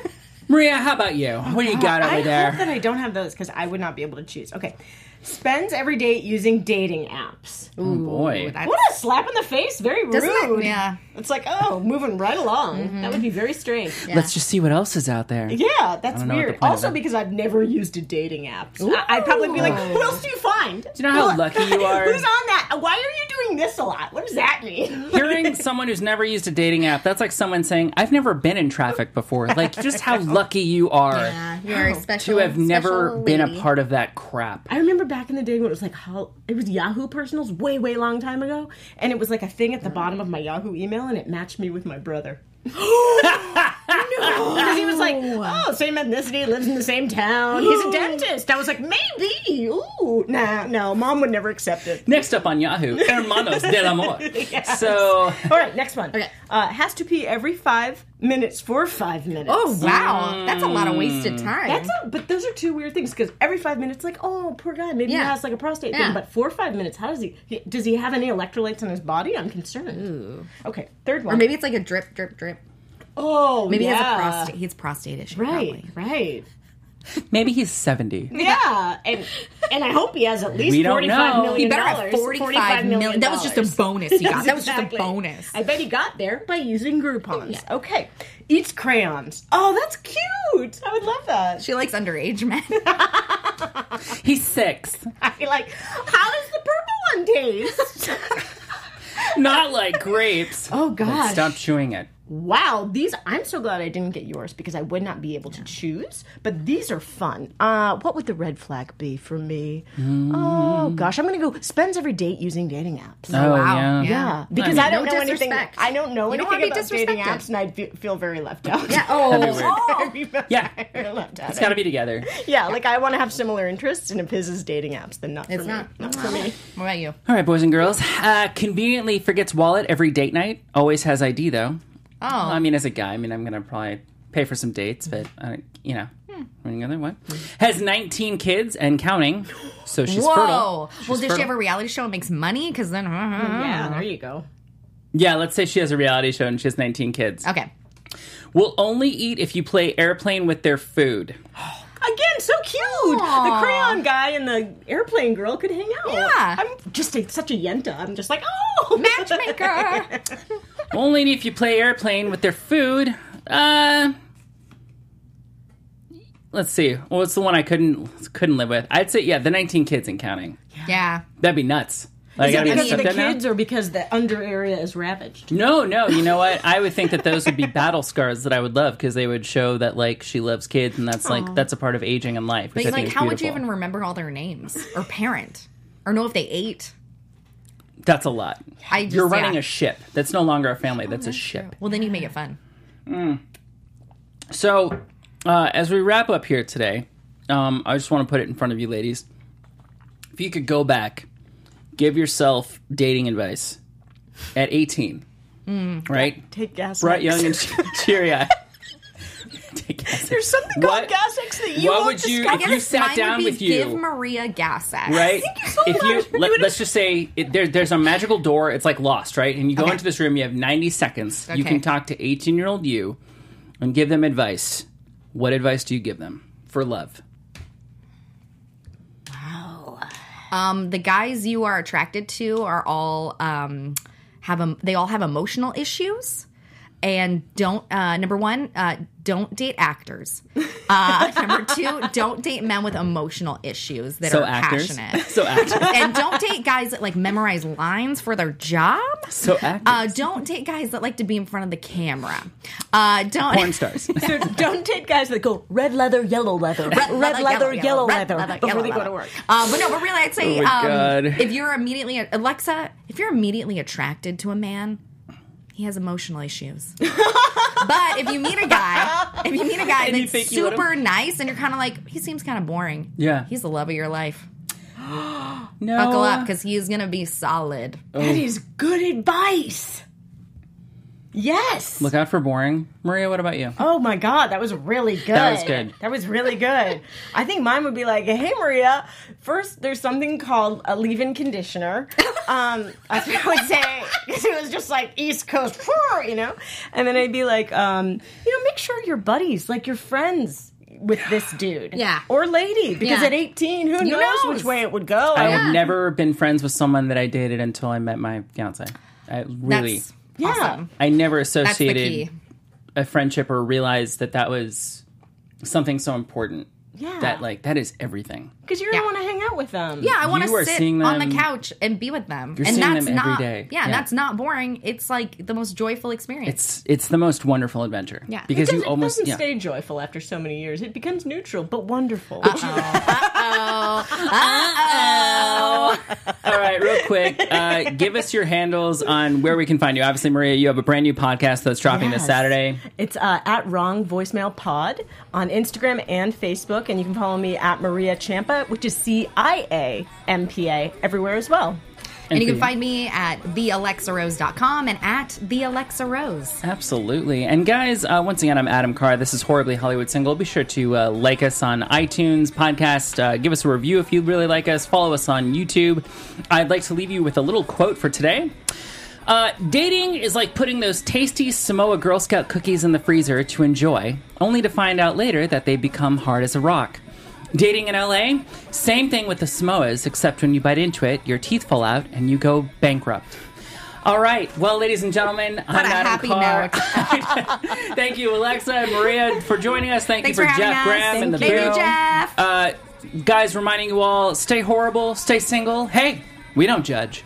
[SPEAKER 2] Maria, how about you? What do you got over
[SPEAKER 3] I
[SPEAKER 2] there?
[SPEAKER 3] hope that I don't have those because I would not be able to choose. Okay. Spends every day using dating apps.
[SPEAKER 2] oh boy,
[SPEAKER 4] that-
[SPEAKER 3] What a slap in the face. Very rude.
[SPEAKER 4] Doesn't it? Yeah. Mm-hmm.
[SPEAKER 3] It's like, oh, moving right along. That would be very strange. Yeah,
[SPEAKER 2] let's just see what else is out there.
[SPEAKER 3] that's
[SPEAKER 2] know what the
[SPEAKER 3] weird.
[SPEAKER 2] point of
[SPEAKER 3] Also,
[SPEAKER 2] it-
[SPEAKER 3] because I've never used a dating app. So I- I'd probably be like, who else do you find? Do
[SPEAKER 2] you know how lucky you are?
[SPEAKER 3] Who's on that? Why are you doing this a lot? What does that
[SPEAKER 4] Mm-hmm.
[SPEAKER 3] mean?
[SPEAKER 2] Hearing someone who's never used a dating app, that's like someone saying, "I've never been in traffic before." Like, just how lucky you are
[SPEAKER 4] Yeah, you're a
[SPEAKER 2] to
[SPEAKER 4] special.
[SPEAKER 2] have never
[SPEAKER 4] special
[SPEAKER 2] been a
[SPEAKER 4] lady.
[SPEAKER 2] part of that crap.
[SPEAKER 3] I remember back in the day when it was like hol- it was Yahoo personals way way long time ago and it was like a thing at the
[SPEAKER 4] Mm.
[SPEAKER 3] bottom of my Yahoo email and it matched me with my brother. no. Cuz he was like, "Oh, same ethnicity, lives in the same town. He's a dentist." I was like, "Maybe." Ooh. Nah, no. Mom would never accept it.
[SPEAKER 2] Next up on Yahoo, Hermanos del Amor. So,
[SPEAKER 3] All right, next one.
[SPEAKER 4] Okay.
[SPEAKER 3] Uh, has to pee every 5 minutes for 5 minutes.
[SPEAKER 4] Oh wow,
[SPEAKER 2] Mm.
[SPEAKER 4] that's a lot of wasted time.
[SPEAKER 3] That's a, but those are two weird things because every five minutes, like, oh, poor guy, maybe he
[SPEAKER 4] Yeah.
[SPEAKER 3] has like a prostate
[SPEAKER 4] Yeah.
[SPEAKER 3] thing. But four or five minutes, how does he, he- Does he have any electrolytes in his body? I'm concerned. Okay, third one.
[SPEAKER 4] or maybe it's like a drip, drip, drip.
[SPEAKER 3] oh,
[SPEAKER 4] Maybe he
[SPEAKER 3] yeah.
[SPEAKER 4] has a prostate. He has prostate issue.
[SPEAKER 3] Right,
[SPEAKER 4] probably.
[SPEAKER 3] right.
[SPEAKER 2] maybe he's 70.
[SPEAKER 3] Yeah, and and I hope he has at least
[SPEAKER 2] We don't
[SPEAKER 3] forty five
[SPEAKER 2] know.
[SPEAKER 3] million.
[SPEAKER 4] He better have
[SPEAKER 3] dollars.
[SPEAKER 4] forty-five million. That was just a
[SPEAKER 3] dollars.
[SPEAKER 4] bonus he got.
[SPEAKER 3] Yes,
[SPEAKER 4] That was just a
[SPEAKER 3] exactly.
[SPEAKER 4] bonus.
[SPEAKER 3] I bet he got there by using Groupons. Okay, eats crayons. Oh, that's cute. I would love that.
[SPEAKER 4] She likes underage men.
[SPEAKER 2] He's six.
[SPEAKER 3] I'd be like, how does the purple one taste?
[SPEAKER 2] Not like grapes.
[SPEAKER 3] Oh, gosh.
[SPEAKER 2] Stop chewing it.
[SPEAKER 3] Wow, these I'm so glad I didn't get yours because I would not be able to choose. But these are fun. Uh, what would the red flag be for me?
[SPEAKER 4] Hmm.
[SPEAKER 3] Oh gosh, I'm gonna go spends every date using dating apps.
[SPEAKER 2] Oh,
[SPEAKER 4] Wow.
[SPEAKER 2] yeah.
[SPEAKER 4] Yeah.
[SPEAKER 3] Yeah, because
[SPEAKER 2] mean,
[SPEAKER 3] I, don't
[SPEAKER 4] no
[SPEAKER 3] know anything.
[SPEAKER 4] disrespect.
[SPEAKER 3] I don't know
[SPEAKER 4] You don't
[SPEAKER 3] anything
[SPEAKER 4] wanna be
[SPEAKER 3] about dating
[SPEAKER 4] disrespected.
[SPEAKER 3] apps, and I'd fe- feel very left out.
[SPEAKER 4] Yeah. Oh,
[SPEAKER 2] That'd be weird.
[SPEAKER 4] oh.
[SPEAKER 2] Yeah.
[SPEAKER 3] Very left out.
[SPEAKER 2] It's got to be together.
[SPEAKER 3] yeah, like I want to have similar interests, and if his is dating apps, then not for
[SPEAKER 4] It's
[SPEAKER 3] me.
[SPEAKER 4] not.
[SPEAKER 3] Not for me.
[SPEAKER 4] What about you?
[SPEAKER 2] All right, boys and girls. Uh, conveniently forgets wallet every date night. Always has ID though.
[SPEAKER 4] Oh,
[SPEAKER 2] I mean, as a guy, I mean, I'm gonna probably pay for some dates, but uh, you know, another one has 19 kids and counting, so she's
[SPEAKER 4] whoa.
[SPEAKER 2] fertile. She's
[SPEAKER 4] well, does she
[SPEAKER 2] fertile.
[SPEAKER 4] have a reality show and makes money? Because then, uh-huh.
[SPEAKER 3] Yeah, there you go.
[SPEAKER 2] Yeah, let's say she has a reality show and she has 19 kids.
[SPEAKER 4] okay.
[SPEAKER 2] Will only eat if you play airplane with their food.
[SPEAKER 3] Again, so cute. The crayon guy and the airplane girl could hang out.
[SPEAKER 4] Yeah.
[SPEAKER 3] I'm just a, such a yenta. I'm just like, oh,
[SPEAKER 4] Matchmaker.
[SPEAKER 2] only if you play airplane with their food. Uh, let's see. What's the one I couldn't couldn't live with? I'd say yeah, the 19 kids and counting.
[SPEAKER 4] yeah.
[SPEAKER 2] That'd be nuts. Like,
[SPEAKER 3] Is it
[SPEAKER 2] I'd
[SPEAKER 3] because of the
[SPEAKER 2] accept that now?
[SPEAKER 3] kids or because the under area is ravaged?
[SPEAKER 2] No, no. You know what? I would think that those would be battle scars that I would love because they would show that like she loves kids and that's like that's a part of aging and life. Which
[SPEAKER 4] But
[SPEAKER 2] I think
[SPEAKER 4] like,
[SPEAKER 2] is
[SPEAKER 4] how would you
[SPEAKER 2] beautiful.
[SPEAKER 4] even remember all their names or parent or know if they ate?
[SPEAKER 2] That's a lot.
[SPEAKER 4] I just,
[SPEAKER 2] You're running
[SPEAKER 4] yeah. Oh,
[SPEAKER 2] a ship. That's no longer a family. That's a ship.
[SPEAKER 4] Well, then you make it fun.
[SPEAKER 2] So, uh, as we wrap up here today, um, I just want to put it in front of you, ladies. If you could go back, give yourself dating advice at 18,
[SPEAKER 4] Mm.
[SPEAKER 2] right?
[SPEAKER 3] Take gas.
[SPEAKER 2] Bright,
[SPEAKER 3] X.
[SPEAKER 2] young, and cheery eyed. There's
[SPEAKER 3] There's something called gas X that you
[SPEAKER 2] what
[SPEAKER 3] won't
[SPEAKER 2] would you-
[SPEAKER 3] discover.
[SPEAKER 2] If you sat
[SPEAKER 4] Mine would
[SPEAKER 2] down
[SPEAKER 4] be
[SPEAKER 2] with you-
[SPEAKER 4] give Maria gas ass.
[SPEAKER 2] right? if
[SPEAKER 3] much for
[SPEAKER 2] you let, us just say it, there, there's a magical door. It's like lost, right? And you go
[SPEAKER 4] Okay.
[SPEAKER 2] into this room. You have 90 seconds. You
[SPEAKER 4] Okay.
[SPEAKER 2] can talk to 18 year old you and give them advice. What advice do you give them for love?
[SPEAKER 4] Um, the guys you are attracted to are all um, have em they all have emotional issues. And don't uh, number one, uh, don't date actors. Uh, number two, don't date men with emotional issues that
[SPEAKER 2] So
[SPEAKER 4] are
[SPEAKER 2] actors.
[SPEAKER 4] passionate.
[SPEAKER 2] so actors.
[SPEAKER 4] and don't date guys that like memorize lines for their job.
[SPEAKER 2] So actors.
[SPEAKER 4] Uh, don't date guys that like to be in front of the camera. Uh, don't
[SPEAKER 2] Porn stars.
[SPEAKER 3] So don't take guys that go red leather, yellow leather, red, leather, yellow,
[SPEAKER 4] red
[SPEAKER 3] leather, before
[SPEAKER 4] yellow
[SPEAKER 3] they go
[SPEAKER 4] leather.
[SPEAKER 3] to work.
[SPEAKER 4] Uh, but no, but really, I'd say
[SPEAKER 2] Oh my God.
[SPEAKER 4] um, if you're immediately Alexa, if you're immediately attracted to a man, he has emotional issues. but if you meet a guy, if you meet a guy
[SPEAKER 2] And you
[SPEAKER 4] that's
[SPEAKER 2] think you let him-
[SPEAKER 4] super nice, and you're kind of like, he seems kind of boring.
[SPEAKER 2] Yeah.
[SPEAKER 4] he's the love of your life.
[SPEAKER 2] no.
[SPEAKER 4] Buckle up, because he's gonna be solid.
[SPEAKER 2] Oh.
[SPEAKER 3] That is good advice. Yes.
[SPEAKER 2] Look out for boring. Maria, what about you?
[SPEAKER 3] Oh my god, that was really good.
[SPEAKER 2] That was good.
[SPEAKER 3] That was really good. I think mine would be like, "Hey Maria, first there's something called a leave-in conditioner." Um, that's what I would say because it was just like East Coast, you know. And then I'd be like, um, you know, make sure your buddies, like your friends. With this dude,
[SPEAKER 4] Yeah.
[SPEAKER 3] or lady, because
[SPEAKER 4] Yeah.
[SPEAKER 3] at eighteen, who knows,
[SPEAKER 4] knows?
[SPEAKER 3] which way it would go?
[SPEAKER 2] I have never been friends with someone that I dated until I met my fiance. I really,
[SPEAKER 4] That's
[SPEAKER 3] Yeah.
[SPEAKER 4] awesome.
[SPEAKER 2] I never
[SPEAKER 4] That's the
[SPEAKER 2] associated
[SPEAKER 4] key.
[SPEAKER 2] a friendship or realized that that was something so important.
[SPEAKER 3] Yeah.
[SPEAKER 2] That like that is everything.
[SPEAKER 3] because you don't
[SPEAKER 4] Yeah.
[SPEAKER 3] want to hang out with them.
[SPEAKER 4] Yeah, I want
[SPEAKER 2] You are
[SPEAKER 4] to sit
[SPEAKER 2] seeing
[SPEAKER 4] on
[SPEAKER 2] them-
[SPEAKER 4] the couch and be with them.
[SPEAKER 2] You're
[SPEAKER 4] and
[SPEAKER 2] seeing
[SPEAKER 4] that's
[SPEAKER 2] them every
[SPEAKER 4] not
[SPEAKER 2] day.
[SPEAKER 4] Yeah,
[SPEAKER 2] Yeah.
[SPEAKER 4] that's not boring. It's like the most joyful experience.
[SPEAKER 2] It's it's the most wonderful adventure.
[SPEAKER 4] Yeah.
[SPEAKER 2] Because
[SPEAKER 3] It
[SPEAKER 2] you
[SPEAKER 3] doesn't-
[SPEAKER 2] almost
[SPEAKER 3] doesn't
[SPEAKER 2] yeah.
[SPEAKER 3] stay joyful after so many years. It becomes neutral but wonderful.
[SPEAKER 4] Uh-huh.
[SPEAKER 2] All right, real quick, uh, give us your handles on where we can find you. Obviously, Maria, you have a brand new podcast that's dropping this
[SPEAKER 3] Yes.
[SPEAKER 2] Saturday.
[SPEAKER 3] It's uh, at Wrong Voicemail Pod on Instagram and Facebook, and you can follow me at Maria Champa, which is C I A M P A, everywhere as well.
[SPEAKER 4] And you
[SPEAKER 2] for
[SPEAKER 4] can find me at thealexarose.com and at thealexarose.
[SPEAKER 2] Absolutely. And guys, uh, once again, I'm Adam Carr. This is Horribly Hollywood Single. Be sure to uh, like us on iTunes, podcast, uh, give us a review if you really like us, follow us on YouTube. I'd like to leave you with a little quote for today. Uh, dating is like putting those tasty Samoa Girl Scout cookies in the freezer to enjoy, only to find out later that they become hard as a rock. Dating in LA, same thing with the Samoas, except when you bite into it, your teeth fall out and you go bankrupt. All right, well, ladies and gentlemen, I'm
[SPEAKER 4] a
[SPEAKER 2] Adam
[SPEAKER 4] happy
[SPEAKER 2] Carr. Thank you, Alexa and Maria, for joining us. Thank
[SPEAKER 4] Thanks
[SPEAKER 2] you
[SPEAKER 4] for
[SPEAKER 2] for,
[SPEAKER 4] having
[SPEAKER 2] Jeff
[SPEAKER 4] us.
[SPEAKER 2] Graham
[SPEAKER 4] Thank
[SPEAKER 2] and the
[SPEAKER 4] you,
[SPEAKER 2] bill.
[SPEAKER 4] Jeff.
[SPEAKER 2] Uh, guys, reminding you all: stay horrible, stay single. Hey, we don't judge.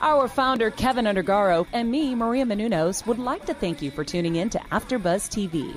[SPEAKER 1] Our founder, Kevin Undergaro, and me, Maria Menounos, would like to thank you for tuning in to AfterBuzz TV.